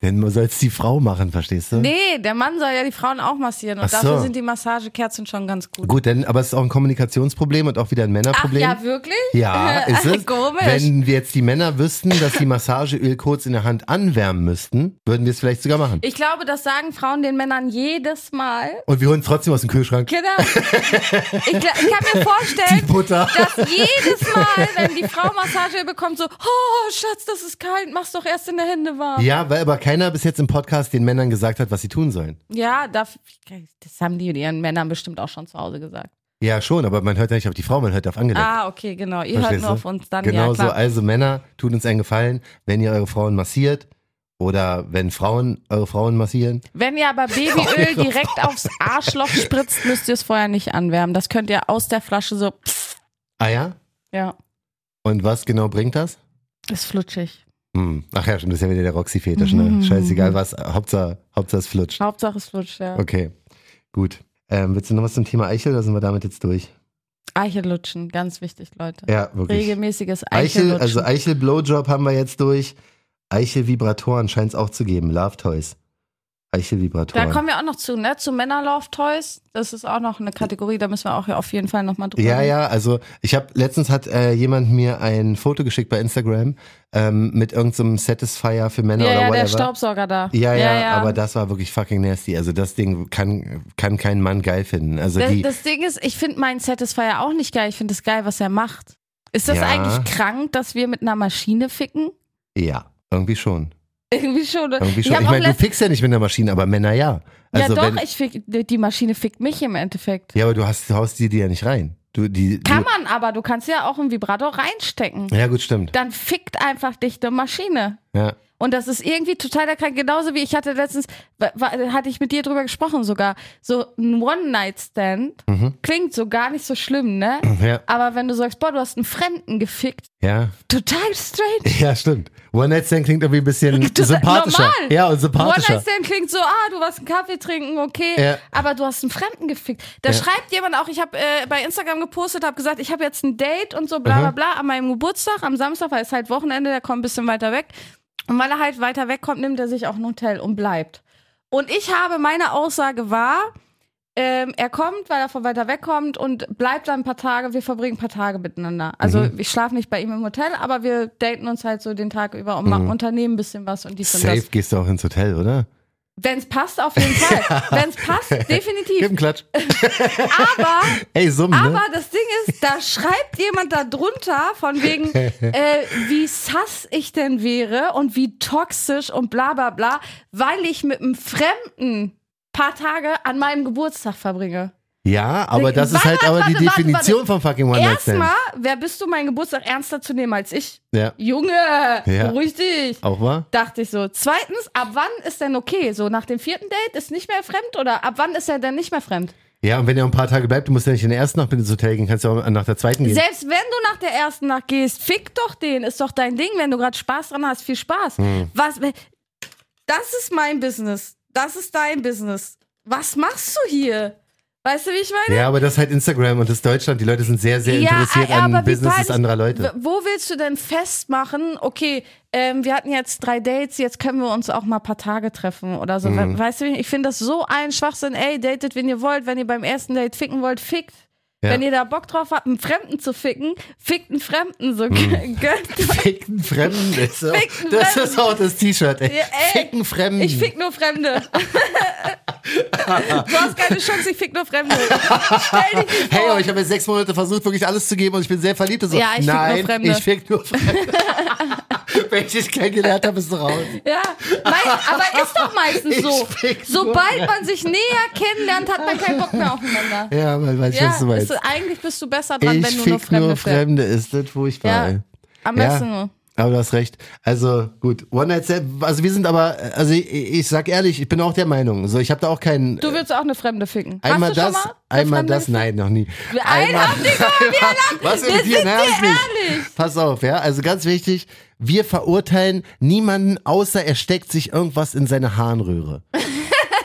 Speaker 2: Denn soll es die Frau machen, verstehst du?
Speaker 1: Nee, der Mann soll ja die Frauen auch massieren und
Speaker 2: Ach so.
Speaker 1: dafür sind die Massagekerzen schon ganz gut.
Speaker 2: Gut, denn, aber es ist auch ein Kommunikationsproblem und auch wieder ein
Speaker 1: Ach
Speaker 2: Männerproblem.
Speaker 1: ja, wirklich?
Speaker 2: Ja, ist es.
Speaker 1: Komisch.
Speaker 2: Wenn wir jetzt die Männer wüssten, dass die Massageöl kurz in der Hand anwärmen müssten, würden wir es vielleicht sogar machen.
Speaker 1: Ich glaube, das sagen Frauen den Männern jedes Mal.
Speaker 2: Und wir holen es trotzdem aus dem Kühlschrank.
Speaker 1: Genau. Ich, gla- ich kann mir
Speaker 2: Die
Speaker 1: vorstellen,
Speaker 2: Butter.
Speaker 1: dass jedes Mal, wenn die Frau Massage bekommt, so, oh, Schatz, das ist kalt, mach's doch erst in der Hände warm. Ja,
Speaker 2: Ja, weil aber keiner bis jetzt im Podcast den Männern gesagt hat, was sie tun sollen.
Speaker 1: da, das haben die ihren Männern bestimmt auch schon zu Hause gesagt.
Speaker 2: Ja, schon, aber man hört ja nicht auf die Frau, man hört auf Angeleckt.
Speaker 1: Ah, okay, genau. Ihr hört
Speaker 2: Verstehst
Speaker 1: nur
Speaker 2: du?
Speaker 1: auf uns dann.
Speaker 2: Genau
Speaker 1: ja,
Speaker 2: so,
Speaker 1: klar.
Speaker 2: also Männer, tut uns einen Gefallen, wenn ihr eure Frauen massiert oder wenn Frauen eure Frauen massieren.
Speaker 1: Wenn ihr aber Babyöl direkt aufs Arschloch spritzt, müsst ihr es vorher nicht anwärmen. Das könnt ihr aus der Flasche so, pff,
Speaker 2: Ah ja?
Speaker 1: ja,
Speaker 2: Und was genau bringt das?
Speaker 1: ist flutschig.
Speaker 2: Hm. Ach ja, stimmt, das ist ja wieder der Roxy-Fetisch, ne? Scheißegal was, Hauptsache, Hauptsache es flutscht.
Speaker 1: Hauptsache es flutscht, Mhm. ja.
Speaker 2: Okay, gut. Ähm, willst du noch was zum Thema Eichel oder sind wir damit jetzt durch?
Speaker 1: Eichel lutschen, ganz wichtig, Leute.
Speaker 2: Ja, wirklich.
Speaker 1: Regelmäßiges Eichel
Speaker 2: Eichel,
Speaker 1: lutschen.
Speaker 2: also Eichel-Blowjob haben wir jetzt durch. Eichel-Vibratoren scheint es auch zu geben. Love Toys.
Speaker 1: da
Speaker 2: Eichel-Vibratoren.
Speaker 1: kommen wir auch noch zu, ne? Zu Männer-Love-Toys. Das ist auch noch eine Kategorie, da müssen wir auch auf jeden Fall nochmal drüber
Speaker 2: Ja,
Speaker 1: reden.
Speaker 2: ja, also ich habe letztens hat äh, jemand mir ein Foto geschickt bei Instagram ähm, mit irgendeinem Satisfier für Männer
Speaker 1: Ja,
Speaker 2: genau, oder
Speaker 1: ja,
Speaker 2: whatever.
Speaker 1: der Staubsauger da.
Speaker 2: ja, ja, aber das war wirklich fucking nasty. Also das Ding kann, kann kein Mann geil finden. Also
Speaker 1: das,
Speaker 2: die,
Speaker 1: das Ding ist, ich finde meinen Satisfier auch nicht geil. Ich finde es geil, was er macht. Ist das
Speaker 2: Ja.
Speaker 1: eigentlich krank, dass wir mit einer Maschine ficken?
Speaker 2: ja, irgendwie schon.
Speaker 1: Irgendwie schon. ne?
Speaker 2: Irgendwie
Speaker 1: Ich,
Speaker 2: schon. Ich,
Speaker 1: hab auch
Speaker 2: meine, du
Speaker 1: letzt-
Speaker 2: fickst ja nicht mit einer Maschine, aber Männer ja. Also
Speaker 1: ja
Speaker 2: wenn,
Speaker 1: doch, ich fick, die Maschine fickt mich im Endeffekt.
Speaker 2: ja, aber du hast, du haust die dir ja nicht rein. Du, die,
Speaker 1: Kann
Speaker 2: du,
Speaker 1: man aber, du kannst ja auch einen Vibrator reinstecken.
Speaker 2: Ja, gut, stimmt.
Speaker 1: Dann fickt einfach dich eine Maschine.
Speaker 2: Ja.
Speaker 1: Und das ist irgendwie total erkrankt. Genauso wie ich hatte letztens, wa- wa- hatte ich mit dir drüber gesprochen sogar. So ein One-Night-Stand klingt so gar nicht so schlimm, ne?
Speaker 2: Mhm. Ja.
Speaker 1: Aber wenn du sagst, boah, du hast einen Fremden gefickt,
Speaker 2: Ja.
Speaker 1: total strange.
Speaker 2: Ja, stimmt. One Night Stand klingt irgendwie ein bisschen
Speaker 1: Das-
Speaker 2: sympathischer.
Speaker 1: normal.
Speaker 2: Ja, und sympathischer.
Speaker 1: One-Night-Stand klingt so, ah, du warst einen Kaffee trinken, okay,
Speaker 2: Ja.
Speaker 1: aber du hast einen Fremden gefickt. Da schreibt jemand auch, ich habe äh, bei Instagram gepostet, habe gesagt, ich habe jetzt ein Date und so, bla
Speaker 2: Mhm.
Speaker 1: bla bla, an meinem Geburtstag, am Samstag, weil es halt Wochenende, der kommt ein bisschen weiter weg. Und weil er halt weiter wegkommt, nimmt er sich auch ein Hotel und bleibt. Und ich habe, meine Aussage war, ähm, er kommt, weil er von weiter wegkommt und bleibt dann ein paar Tage. Wir verbringen ein paar Tage miteinander. Also
Speaker 2: Mhm.
Speaker 1: ich schlafe nicht bei ihm im Hotel, aber wir daten uns halt so den Tag über und machen unternehmen ein bisschen was und dies und
Speaker 2: Mhm. Safe
Speaker 1: das.
Speaker 2: gehst du auch ins Hotel, oder?
Speaker 1: Wenn es passt, auf jeden Fall. Wenn es passt,
Speaker 2: Gib
Speaker 1: definitiv.
Speaker 2: einen Klatsch.
Speaker 1: Aber,
Speaker 2: Ey, Summen, Genau. ne?
Speaker 1: aber das Ding ist, da schreibt jemand da drunter von wegen, äh, wie sass ich denn wäre und wie toxisch und bla bla bla, weil ich mit einem Fremden paar Tage an meinem Geburtstag verbringe.
Speaker 2: Ja, aber das ist
Speaker 1: Warte,
Speaker 2: halt
Speaker 1: warte,
Speaker 2: aber die
Speaker 1: warte, warte,
Speaker 2: Definition von fucking One Night Stand.
Speaker 1: Erstmal, wer bist du, meinen Geburtstag ernster zu nehmen als ich?
Speaker 2: Ja,
Speaker 1: Junge,
Speaker 2: Ja.
Speaker 1: beruhig dich.
Speaker 2: auch wahr?
Speaker 1: Dachte ich so. Zweitens, ab wann ist denn okay? So nach dem vierten Date ist nicht mehr fremd oder ab wann ist er denn nicht mehr fremd?
Speaker 2: Ja, und wenn ihr ein paar Tage bleibt, du musst ja nicht in der ersten Nacht mit ins Hotel gehen, kannst ja auch nach der zweiten gehen.
Speaker 1: Selbst wenn du nach der ersten Nacht gehst, fick doch den, ist doch dein Ding, wenn du gerade Spaß dran hast, viel Spaß. Was, das ist mein Business, das ist dein Business. Was machst du hier? Weißt du, wie ich meine?
Speaker 2: Ja, aber das ist halt Instagram und das ist Deutschland. Die Leute sind sehr, sehr
Speaker 1: Ja, äh,
Speaker 2: interessiert
Speaker 1: aber
Speaker 2: an
Speaker 1: wie
Speaker 2: Businesses
Speaker 1: peinlich-
Speaker 2: anderer Leute.
Speaker 1: W- Wo willst du denn festmachen, okay, ähm, wir hatten jetzt drei Dates, jetzt können wir uns auch mal ein paar Tage treffen oder so.
Speaker 2: Mhm.
Speaker 1: We- Weißt du, ich finde das so ein Schwachsinn. Ey, datet, wenn ihr wollt. Wenn ihr beim ersten Date ficken wollt, fickt.
Speaker 2: Ja.
Speaker 1: Wenn ihr da Bock drauf habt, einen Fremden zu ficken, fickt einen Fremden.
Speaker 2: Mhm.
Speaker 1: So, gö- gönnt euch.
Speaker 2: Ficken Fremden ist auch,
Speaker 1: Ficken
Speaker 2: das
Speaker 1: Fremden.
Speaker 2: ist auch das T-Shirt, ey.
Speaker 1: Ja, ey.
Speaker 2: Ficken Fremden.
Speaker 1: Ich fick nur Fremde. du hast keine Chance, ich fick nur Fremde. Stell dich nicht vor.
Speaker 2: Hey, oh, ich habe jetzt sechs Monate versucht, wirklich alles zu geben und ich bin sehr verliebt. Und so,
Speaker 1: Ja, ich fick nur
Speaker 2: nein,
Speaker 1: Fremde.
Speaker 2: ich fick nur Fremde. Wenn ich dich kennengelernt habe, bist du raus.
Speaker 1: Ja, mei- aber ist doch meistens
Speaker 2: Ich
Speaker 1: so.
Speaker 2: fick's nur.
Speaker 1: Sobald man sich näher kennenlernt, hat man keinen Bock mehr aufeinander.
Speaker 2: Ja, man weiß,
Speaker 1: Ja,
Speaker 2: was du
Speaker 1: ist,
Speaker 2: meinst.
Speaker 1: eigentlich bist du besser dran,
Speaker 2: Ich
Speaker 1: wenn du nur
Speaker 2: fick
Speaker 1: Fremde
Speaker 2: nur
Speaker 1: fremd.
Speaker 2: Fremde, ist das furchtbar,
Speaker 1: Ja.
Speaker 2: ey.
Speaker 1: Am
Speaker 2: Ja.
Speaker 1: besten nur.
Speaker 2: Aber du hast recht. Also gut, One Night Stand, also wir sind aber, also ich, ich sag ehrlich, ich bin auch der Meinung, so ich habe da auch keinen,
Speaker 1: Du würdest auch eine Fremde ficken.
Speaker 2: einmal
Speaker 1: Hast du
Speaker 2: das,
Speaker 1: schon mal eine
Speaker 2: einmal
Speaker 1: Fremde
Speaker 2: das,
Speaker 1: gefickt?
Speaker 2: nein, noch nie.
Speaker 1: Ein- Ach, Digga,
Speaker 2: einmal- was ist
Speaker 1: wir
Speaker 2: mit dir?
Speaker 1: sind
Speaker 2: Nein,
Speaker 1: dir
Speaker 2: hab ich nicht. Pass auf, ja, also ganz wichtig, wir verurteilen niemanden, außer er steckt sich irgendwas in seine Harnröhre.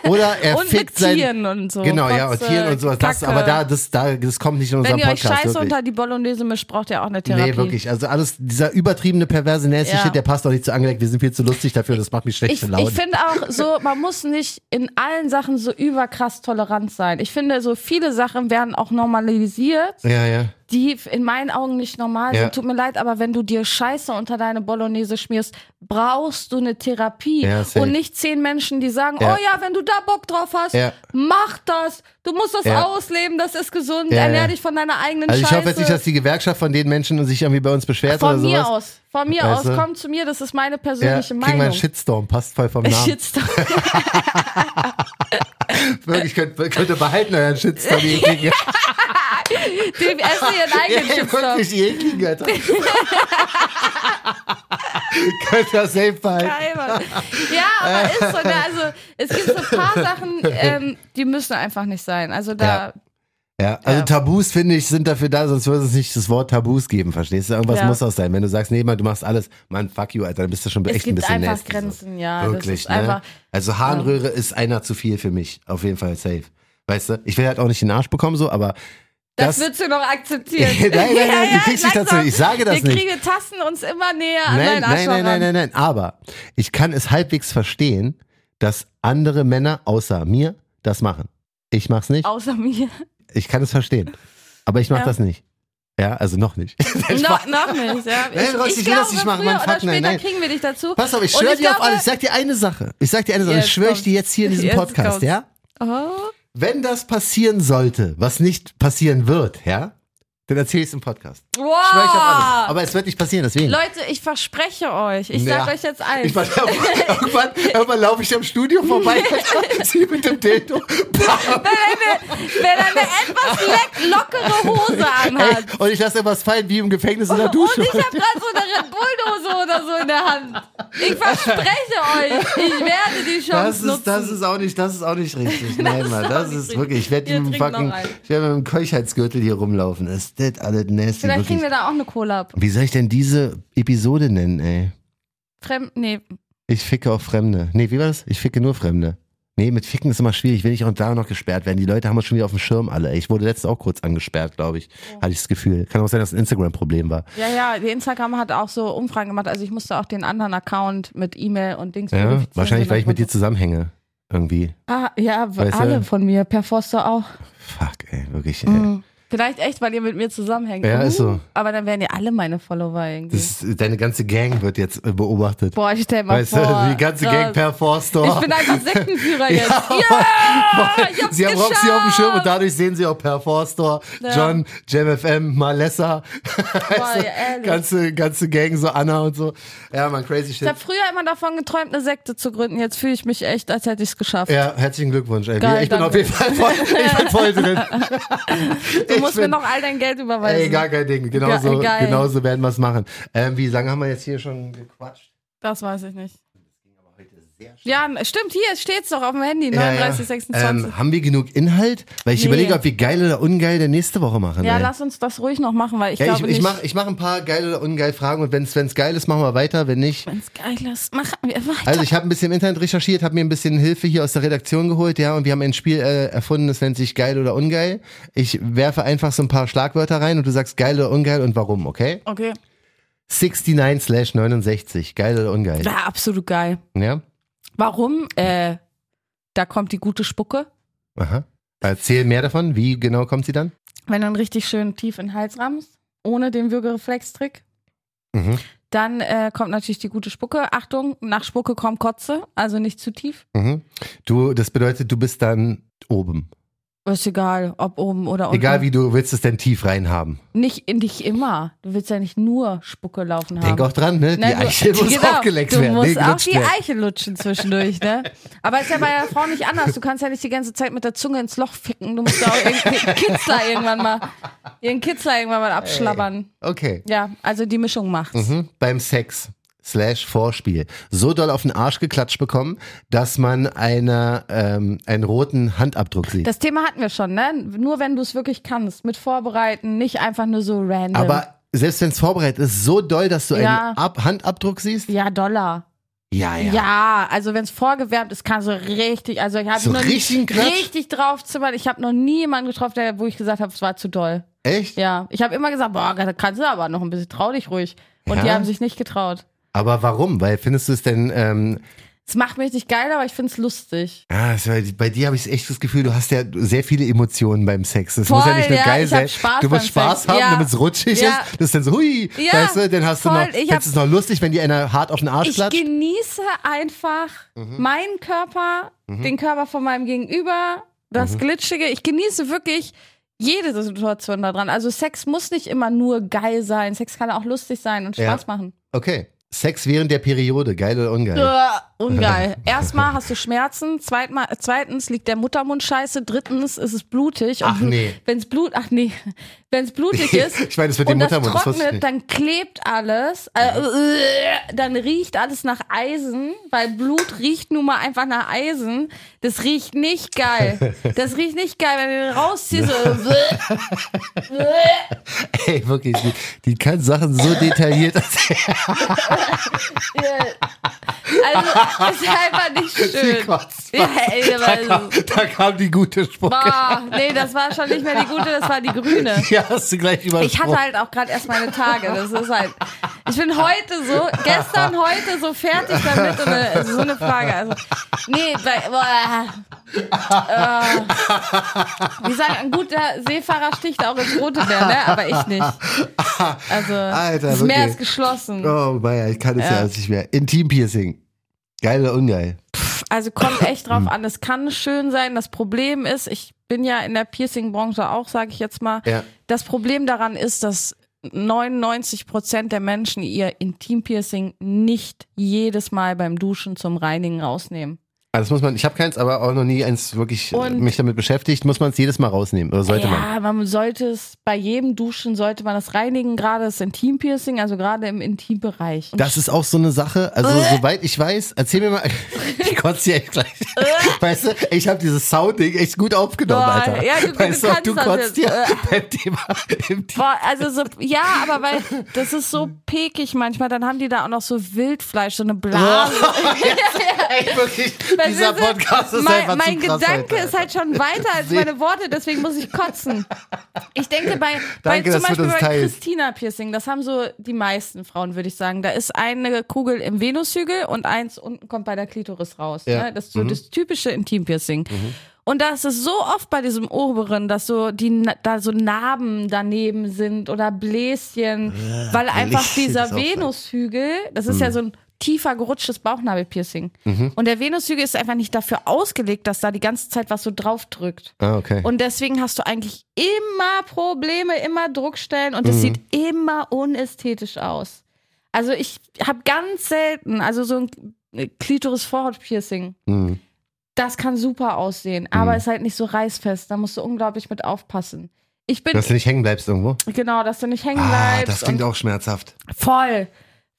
Speaker 2: Oder er
Speaker 1: Und mit
Speaker 2: fickt sein,
Speaker 1: Tieren und so.
Speaker 2: Genau, ja, und
Speaker 1: Kotze,
Speaker 2: Tieren und sowas. Das,
Speaker 1: Kacke.
Speaker 2: aber da, das, da, das kommt nicht in
Speaker 1: Wenn
Speaker 2: unserem
Speaker 1: ihr euch
Speaker 2: Podcast.
Speaker 1: Scheiße
Speaker 2: wirklich.
Speaker 1: unter die Bolognese mischt, braucht ihr auch eine Therapie.
Speaker 2: Nee, wirklich. Also alles, dieser übertriebene perverse nasty
Speaker 1: Ja.
Speaker 2: shit, der passt auch nicht zu angelegt. Wir sind viel zu lustig dafür. Das macht mich schlecht
Speaker 1: Ich,
Speaker 2: für Laune.
Speaker 1: ich finde auch so, man muss nicht in allen Sachen so überkrass tolerant sein. Ich finde, so viele Sachen werden auch normalisiert.
Speaker 2: ja, ja.
Speaker 1: die in meinen Augen nicht normal
Speaker 2: Ja.
Speaker 1: sind. Tut mir leid, aber wenn du dir Scheiße unter deine Bolognese schmierst, brauchst du eine Therapie
Speaker 2: Ja, safe.
Speaker 1: und nicht zehn Menschen, die sagen,
Speaker 2: Ja.
Speaker 1: oh ja, wenn du da Bock drauf hast,
Speaker 2: Ja.
Speaker 1: mach das. Du musst das
Speaker 2: Ja.
Speaker 1: ausleben, das ist gesund.
Speaker 2: Ja, ja.
Speaker 1: Ernähr dich von deiner eigenen
Speaker 2: Also ich
Speaker 1: Scheiße.
Speaker 2: hoffe jetzt nicht, dass die Gewerkschaft von den Menschen sich irgendwie bei uns beschwert oder
Speaker 1: von
Speaker 2: sowas.
Speaker 1: mir aus, von mir
Speaker 2: Weißt
Speaker 1: aus,
Speaker 2: du?
Speaker 1: komm zu mir, das ist meine
Speaker 2: Ja,
Speaker 1: persönliche
Speaker 2: kriegen wir
Speaker 1: Meinung.
Speaker 2: einen Shitstorm, passt voll vom Namen.
Speaker 1: Shitstorm.
Speaker 2: Wirklich, könnt, könnt ihr behalten euren Shitstorm, ihr ekligen.
Speaker 1: Die essen ihren eigenen
Speaker 2: Ey,
Speaker 1: Shitstorm.
Speaker 2: wirklich, ihr ekligen, Alter. könnt ihr safe behalten.
Speaker 1: Geil, Mann. Ja, aber ist so. Ne? Also es gibt so ein paar Sachen, ähm, die müssen einfach nicht sein. Also da,
Speaker 2: Ja. Ja, also
Speaker 1: Ja.
Speaker 2: Tabus, finde ich, sind dafür da, sonst würde es nicht das Wort Tabus geben, verstehst du? Irgendwas
Speaker 1: Ja.
Speaker 2: muss das sein. Wenn du sagst, nee, Mann, du machst alles, Mann, fuck you, Alter, dann bist du schon
Speaker 1: Es
Speaker 2: echt ein
Speaker 1: gibt
Speaker 2: bisschen
Speaker 1: einfach
Speaker 2: nasty, so.
Speaker 1: Grenzen, ja. das
Speaker 2: Wirklich,
Speaker 1: ist
Speaker 2: ne?
Speaker 1: einfach,
Speaker 2: also Harnröhre ist einer zu viel für mich, auf jeden Fall safe. Weißt du, ich will halt auch nicht den Arsch bekommen, so, aber
Speaker 1: das,
Speaker 2: das,
Speaker 1: würdest du noch akzeptieren.
Speaker 2: nein, nein, nein,
Speaker 1: Ja,
Speaker 2: nein, du
Speaker 1: ja,
Speaker 2: kriegst dich dazu,
Speaker 1: langsam.
Speaker 2: ich sage das
Speaker 1: Wir
Speaker 2: nicht.
Speaker 1: kriegen, tasten uns immer näher an
Speaker 2: Nein,
Speaker 1: deinen Arsch
Speaker 2: nein, nein, nein, nein, nein. Aber ich kann es halbwegs verstehen, dass andere Männer außer mir das machen. Ich mach's nicht.
Speaker 1: Außer mir.
Speaker 2: Ich kann es verstehen. Aber ich mach
Speaker 1: Ja.
Speaker 2: das nicht. Ja, also noch nicht.
Speaker 1: No, noch nicht, ja.
Speaker 2: Nein, Roxy, ich will das nicht machen,
Speaker 1: früher
Speaker 2: Mann,
Speaker 1: oder
Speaker 2: fuck, nein,
Speaker 1: später
Speaker 2: nein.
Speaker 1: kriegen wir dich dazu.
Speaker 2: Pass auf, ich
Speaker 1: Und
Speaker 2: schwöre
Speaker 1: ich
Speaker 2: dir auf
Speaker 1: glaube-
Speaker 2: alles. Ich sag dir eine Sache. Ich sag dir eine Sache.
Speaker 1: Jetzt
Speaker 2: ich schwöre ich
Speaker 1: kommt's.
Speaker 2: dir jetzt hier in diesem
Speaker 1: Jetzt
Speaker 2: Podcast,
Speaker 1: kommt's.
Speaker 2: ja?
Speaker 1: Oh,
Speaker 2: Wenn das passieren sollte, was nicht passieren wird, ja? Dann erzähle ich es im Podcast. Schwör ich auf alles.
Speaker 1: wow.
Speaker 2: Aber es wird nicht passieren, deswegen.
Speaker 1: Ah! Leute, ich verspreche euch. Ich sag
Speaker 2: Ja.
Speaker 1: euch jetzt eins.
Speaker 2: Ich meine, irgendwann, irgendwann laufe ich am Studio vorbei, Alter, sie mit dem Dildo. Bam.
Speaker 1: Wer dann eine etwas leck, lockere Hose anhat.
Speaker 2: Ey, und ich lasse etwas fallen wie im Gefängnis in der Dusche.
Speaker 1: Und ich habe gerade so eine Red Bull-Dose oder so in der Hand. Ich verspreche euch, ich werde die Chance
Speaker 2: Das ist,
Speaker 1: nutzen.
Speaker 2: das ist auch nicht, das ist auch nicht richtig. Nein,
Speaker 1: ist
Speaker 2: Mann,
Speaker 1: auch
Speaker 2: das
Speaker 1: nicht
Speaker 2: ist
Speaker 1: richtig.
Speaker 2: wirklich. Ich werde
Speaker 1: Hier,
Speaker 2: mit dem
Speaker 1: trink noch
Speaker 2: fucking,
Speaker 1: einen.
Speaker 2: ich werde mit dem Keuchheitsgürtel hier rumlaufen. Ist das alles nasty?
Speaker 1: Vielleicht kriegen
Speaker 2: Wirklich.
Speaker 1: wir da auch eine Cola ab.
Speaker 2: Wie soll ich denn diese Episode nennen, ey?
Speaker 1: Fremd, nee.
Speaker 2: Ich ficke auch Fremde. Nee, wie war das? Ich ficke nur Fremde. Nee, mit Ficken ist immer schwierig. Will ich auch da noch gesperrt werden. Die Leute haben uns schon wieder auf dem Schirm alle. Ich wurde letztens auch kurz angesperrt, glaube ich. Hatte ich das Gefühl. Kann auch sein, dass es ein Instagram-Problem war.
Speaker 1: Ja, ja, die Instagram hat auch so Umfragen gemacht. Also ich musste auch den anderen Account mit E-Mail und Dings
Speaker 2: Ja,
Speaker 1: verifizieren.
Speaker 2: wahrscheinlich, weil ich mit dir
Speaker 1: zu.
Speaker 2: zusammenhänge. Irgendwie.
Speaker 1: Ah, ja,
Speaker 2: Weißt du?
Speaker 1: alle von mir, per Foster auch.
Speaker 2: Fuck, ey, wirklich, ey.
Speaker 1: Mhm. Vielleicht echt, weil ihr mit mir zusammenhängt.
Speaker 2: Ja, ist so.
Speaker 1: Aber dann wären ja alle meine Follower irgendwie.
Speaker 2: Das ist, deine ganze Gang wird jetzt äh, beobachtet.
Speaker 1: Boah, ich stell mal
Speaker 2: weißt
Speaker 1: vor.
Speaker 2: du, die ganze Gang
Speaker 1: krass.
Speaker 2: per Forstore.
Speaker 1: Ich bin einfach Sektenführer jetzt.
Speaker 2: Ja,
Speaker 1: Ja, ich hab's
Speaker 2: Sie haben
Speaker 1: geschafft.
Speaker 2: Roxy auf dem Schirm und dadurch sehen sie auch Per Forster,
Speaker 1: Ja.
Speaker 2: John, JamFM, Malessa,
Speaker 1: Boah, ja, ehrlich.
Speaker 2: ganze, ganze Gang, so Anna und so. Ja, man, crazy
Speaker 1: Ich
Speaker 2: shit.
Speaker 1: habe früher immer davon geträumt, eine Sekte zu gründen. Jetzt fühle ich mich echt, als hätte ich es geschafft.
Speaker 2: Ja, herzlichen Glückwunsch, ey.
Speaker 1: Geil,
Speaker 2: ich bin
Speaker 1: danke.
Speaker 2: auf jeden Fall voll, ich bin voll drin.
Speaker 1: du
Speaker 2: ich
Speaker 1: musst mir
Speaker 2: bin-
Speaker 1: noch all dein Geld überweisen.
Speaker 2: Ey, gar kein Ding. Genauso,
Speaker 1: Geil.
Speaker 2: genauso werden wir es machen. Ähm, wie lange haben wir jetzt hier schon gequatscht?
Speaker 1: Das weiß ich nicht. Ja, stimmt, hier steht's doch auf dem Handy,
Speaker 2: Ja,
Speaker 1: 39,
Speaker 2: ja.
Speaker 1: 26.
Speaker 2: Ähm, haben wir genug Inhalt? Weil ich
Speaker 1: Nee.
Speaker 2: überlege, ob wir geil oder ungeil der nächste Woche machen.
Speaker 1: ja,
Speaker 2: ey.
Speaker 1: lass uns das ruhig noch machen, weil ich
Speaker 2: Ja, ich,
Speaker 1: glaube
Speaker 2: ich
Speaker 1: nicht,
Speaker 2: mache ich mach ein paar geil oder ungeil Fragen und wenn es geil ist, machen wir weiter, wenn nicht.
Speaker 1: wenn's geil ist, machen wir weiter.
Speaker 2: Also ich habe ein bisschen im Internet recherchiert, habe mir ein bisschen Hilfe hier aus der Redaktion geholt, ja, und wir haben ein Spiel äh, erfunden, das nennt sich geil oder ungeil. Ich werfe einfach so ein paar Schlagwörter rein und du sagst geil oder ungeil und warum, okay?
Speaker 1: okay.
Speaker 2: 69 slash 69, geil oder ungeil,
Speaker 1: Ja, absolut geil.
Speaker 2: ja?
Speaker 1: Warum? Äh, da kommt die gute Spucke.
Speaker 2: Aha. Erzähl mehr davon, wie genau kommt sie dann?
Speaker 1: Wenn du einen richtig schön tief in den Hals rammst, ohne den Würgereflex-Trick,
Speaker 2: Mhm.
Speaker 1: dann äh, kommt natürlich die gute Spucke. Achtung, nach Spucke kommt Kotze, also nicht zu tief.
Speaker 2: Mhm. Du, das bedeutet, du bist dann oben.
Speaker 1: Ist egal, ob oben oder unten.
Speaker 2: Egal wie du willst es denn tief reinhaben.
Speaker 1: Nicht, nicht immer. Du willst ja nicht nur Spucke laufen haben.
Speaker 2: Denk auch dran, ne? Die
Speaker 1: Nein, du-
Speaker 2: Eiche muss
Speaker 1: genau,
Speaker 2: auch geleckt
Speaker 1: du
Speaker 2: werden.
Speaker 1: musst
Speaker 2: nee,
Speaker 1: auch
Speaker 2: gelutscht
Speaker 1: die
Speaker 2: werden.
Speaker 1: Eiche lutschen zwischendurch, ne? Aber ist ja bei der Frau nicht anders. Du kannst ja nicht die ganze Zeit mit der Zunge ins Loch ficken. Du musst ja auch irgendeinen Kitzler irgendwann mal, ihren Kitzler irgendwann mal abschlabbern.
Speaker 2: Okay.
Speaker 1: Ja, also die Mischung macht's.
Speaker 2: Mhm. Beim Sex slash Vorspiel so doll auf den Arsch geklatscht bekommen, dass man eine, ähm, einen roten Handabdruck sieht.
Speaker 1: Das Thema hatten wir schon, ne? Nur wenn du es wirklich kannst, mit vorbereiten, nicht einfach nur so random.
Speaker 2: Aber selbst wenn es vorbereitet ist, so doll, dass du
Speaker 1: Ja.
Speaker 2: einen Ab Handabdruck siehst?
Speaker 1: ja, Dollar.
Speaker 2: Ja, ja.
Speaker 1: Ja. also wenn es vorgewärmt ist, kann so richtig, also ich habe
Speaker 2: So
Speaker 1: noch
Speaker 2: richtigen
Speaker 1: nie,
Speaker 2: Klatsch?
Speaker 1: richtig draufzimmern. Ich habe noch nie jemanden getroffen, der, wo ich gesagt habe, es war zu doll.
Speaker 2: Echt?
Speaker 1: Ja, ich habe immer gesagt, boah, da kannst du aber noch ein bisschen, trau dich ruhig. Und die
Speaker 2: Ja?
Speaker 1: haben sich nicht getraut.
Speaker 2: Aber warum? Weil findest du es denn, ähm,
Speaker 1: Es macht mich nicht geil, aber ich find's lustig.
Speaker 2: ja, es war- bei dir habe ich echt das Gefühl, du hast ja sehr viele Emotionen beim Sex. Es muss ja
Speaker 1: Voll,
Speaker 2: nicht nur
Speaker 1: ja,
Speaker 2: geil
Speaker 1: ich hab
Speaker 2: sein.
Speaker 1: Spaß
Speaker 2: du musst
Speaker 1: beim
Speaker 2: Spaß
Speaker 1: Sex,
Speaker 2: haben,
Speaker 1: ja.
Speaker 2: damit es rutschig
Speaker 1: Ja.
Speaker 2: ist. Das ist dann so, hui,
Speaker 1: Ja,
Speaker 2: weißt du, dann hast
Speaker 1: voll,
Speaker 2: du noch,
Speaker 1: ich hab-
Speaker 2: findest du es noch lustig, wenn dir einer hart auf den Arsch
Speaker 1: Ich
Speaker 2: klatscht. Mhm.
Speaker 1: genieße einfach meinen Körper, den Körper von meinem Gegenüber,
Speaker 2: Mhm.
Speaker 1: das Glitschige. Ich genieße wirklich jede Situation daran. Also Sex muss nicht immer nur geil sein. Sex kann auch lustig sein und
Speaker 2: Ja.
Speaker 1: Spaß machen.
Speaker 2: Okay. Sex während der Periode, geil oder ungeil?
Speaker 1: Uah, Äh, ungeil. Erstmal hast du Schmerzen, zweitmal, zweitens liegt der Muttermund scheiße, drittens ist es blutig.
Speaker 2: Ach nee.
Speaker 1: Wenn's Blut, ach nee, wenn's blutig ist
Speaker 2: Ich meine, das mit dem
Speaker 1: und das
Speaker 2: Muttermund, das wusste ich
Speaker 1: trocknet,
Speaker 2: nicht. Mhm.
Speaker 1: dann klebt alles, äh, äh, dann riecht alles nach Eisen, weil Blut riecht nun mal einfach nach Eisen. Das riecht nicht geil. Das riecht nicht geil, wenn du den rausziehst. So, also,
Speaker 2: Ey, wirklich, die, die kann Sachen so detailliert erzählen.
Speaker 1: Also, ist einfach nicht
Speaker 2: Sie
Speaker 1: schön.
Speaker 2: kotzt.
Speaker 1: Ja, ey,
Speaker 2: Da
Speaker 1: aber-
Speaker 2: kam, da kam die gute Spucke.
Speaker 1: Boah, nee, das war schon nicht mehr die gute, das war die grüne.
Speaker 2: Ja, hast du gleich übersprungen.
Speaker 1: Ich hatte halt auch gerade erst meine Tage. Das ist halt. Ich bin heute so, gestern, heute so fertig damit und eine, so eine Frage. Also, nee, bei, boah, äh, wie sagen, ein guter Seefahrer sticht auch ins rote Meer, ne? Aber ich nicht. Also,
Speaker 2: Alter,
Speaker 1: das
Speaker 2: wirklich.
Speaker 1: Meer ist geschlossen.
Speaker 2: Oh, Meier, ich kann es ja, alles nicht mehr. Intim-Piercing. Geil oder ungeil?
Speaker 1: Also kommt echt drauf an. Das kann schön sein. Das Problem ist, ich bin ja in der Piercing-Branche auch, sage ich jetzt mal.
Speaker 2: Ja.
Speaker 1: Das Problem daran ist, dass 99 Prozent der Menschen ihr Intim-Piercing nicht jedes Mal beim Duschen zum Reinigen rausnehmen.
Speaker 2: Ah, das muss man, ich habe keins, aber auch noch nie eins wirklich äh,
Speaker 1: Und-
Speaker 2: mich damit beschäftigt. Muss man es jedes Mal rausnehmen oder sollte man?
Speaker 1: ja, man. sollte es bei jedem Duschen sollte man das reinigen, gerade das Intim-Piercing, also gerade im Intimbereich. Und
Speaker 2: Das ist auch so eine Sache, also
Speaker 1: Äh.
Speaker 2: soweit ich weiß, erzähl mir mal, ich kotze hier echt gleich. weißt du, ich habe dieses Soundding echt gut aufgenommen,
Speaker 1: Äh. Boah,
Speaker 2: Alter.
Speaker 1: ja, du- du
Speaker 2: weißt
Speaker 1: kannst
Speaker 2: du
Speaker 1: das jetzt.
Speaker 2: kotzt hier beim Thema im Team.
Speaker 1: Boah, also so, ja, aber weil das ist so pekig manchmal, dann haben die da auch noch so Wildfleisch, so eine Blase.
Speaker 2: Ey, wirklich,
Speaker 1: Weil
Speaker 2: dieser
Speaker 1: wir sind-
Speaker 2: Podcast ist
Speaker 1: mein,
Speaker 2: einfach
Speaker 1: Mein
Speaker 2: zu krass
Speaker 1: Gedanke
Speaker 2: heute.
Speaker 1: ist halt schon weiter als
Speaker 2: Nee.
Speaker 1: meine Worte, deswegen muss ich kotzen. Ich denke bei,
Speaker 2: Danke,
Speaker 1: bei zum
Speaker 2: dass du
Speaker 1: Beispiel
Speaker 2: das
Speaker 1: bei
Speaker 2: teilst.
Speaker 1: Christina Piercing, das haben so die meisten Frauen, würde ich sagen. Da ist eine Kugel im Venushügel und eins unten kommt bei der Klitoris raus.
Speaker 2: Ja. Mhm.
Speaker 1: Ne? Das ist so das typische Intimpiercing. Und das ist so oft bei diesem oberen, dass so die Na- da so Narben daneben sind oder Bläschen, weil einfach
Speaker 2: Ah, Bläschen ist
Speaker 1: dieser
Speaker 2: auch fein. Mhm.
Speaker 1: Venushügel, das ist ja so ein tiefer gerutschtes Bauchnabelpiercing. Und der Venushügel ist einfach nicht dafür ausgelegt, dass da die ganze Zeit was so drauf drückt.
Speaker 2: Ah, okay.
Speaker 1: Und deswegen hast du eigentlich immer Probleme, immer Druckstellen und es
Speaker 2: Mhm.
Speaker 1: sieht immer unästhetisch aus. Also ich habe ganz selten, also so ein Klitoris-Vorhaut-Piercing,
Speaker 2: Mhm.
Speaker 1: das kann super aussehen, aber ist halt nicht so reißfest. Da musst du unglaublich mit aufpassen. Ich bin,
Speaker 2: Dass du nicht hängen bleibst irgendwo.
Speaker 1: genau, dass du nicht hängen
Speaker 2: Ah,
Speaker 1: bleibst.
Speaker 2: das klingt
Speaker 1: und
Speaker 2: auch schmerzhaft.
Speaker 1: voll.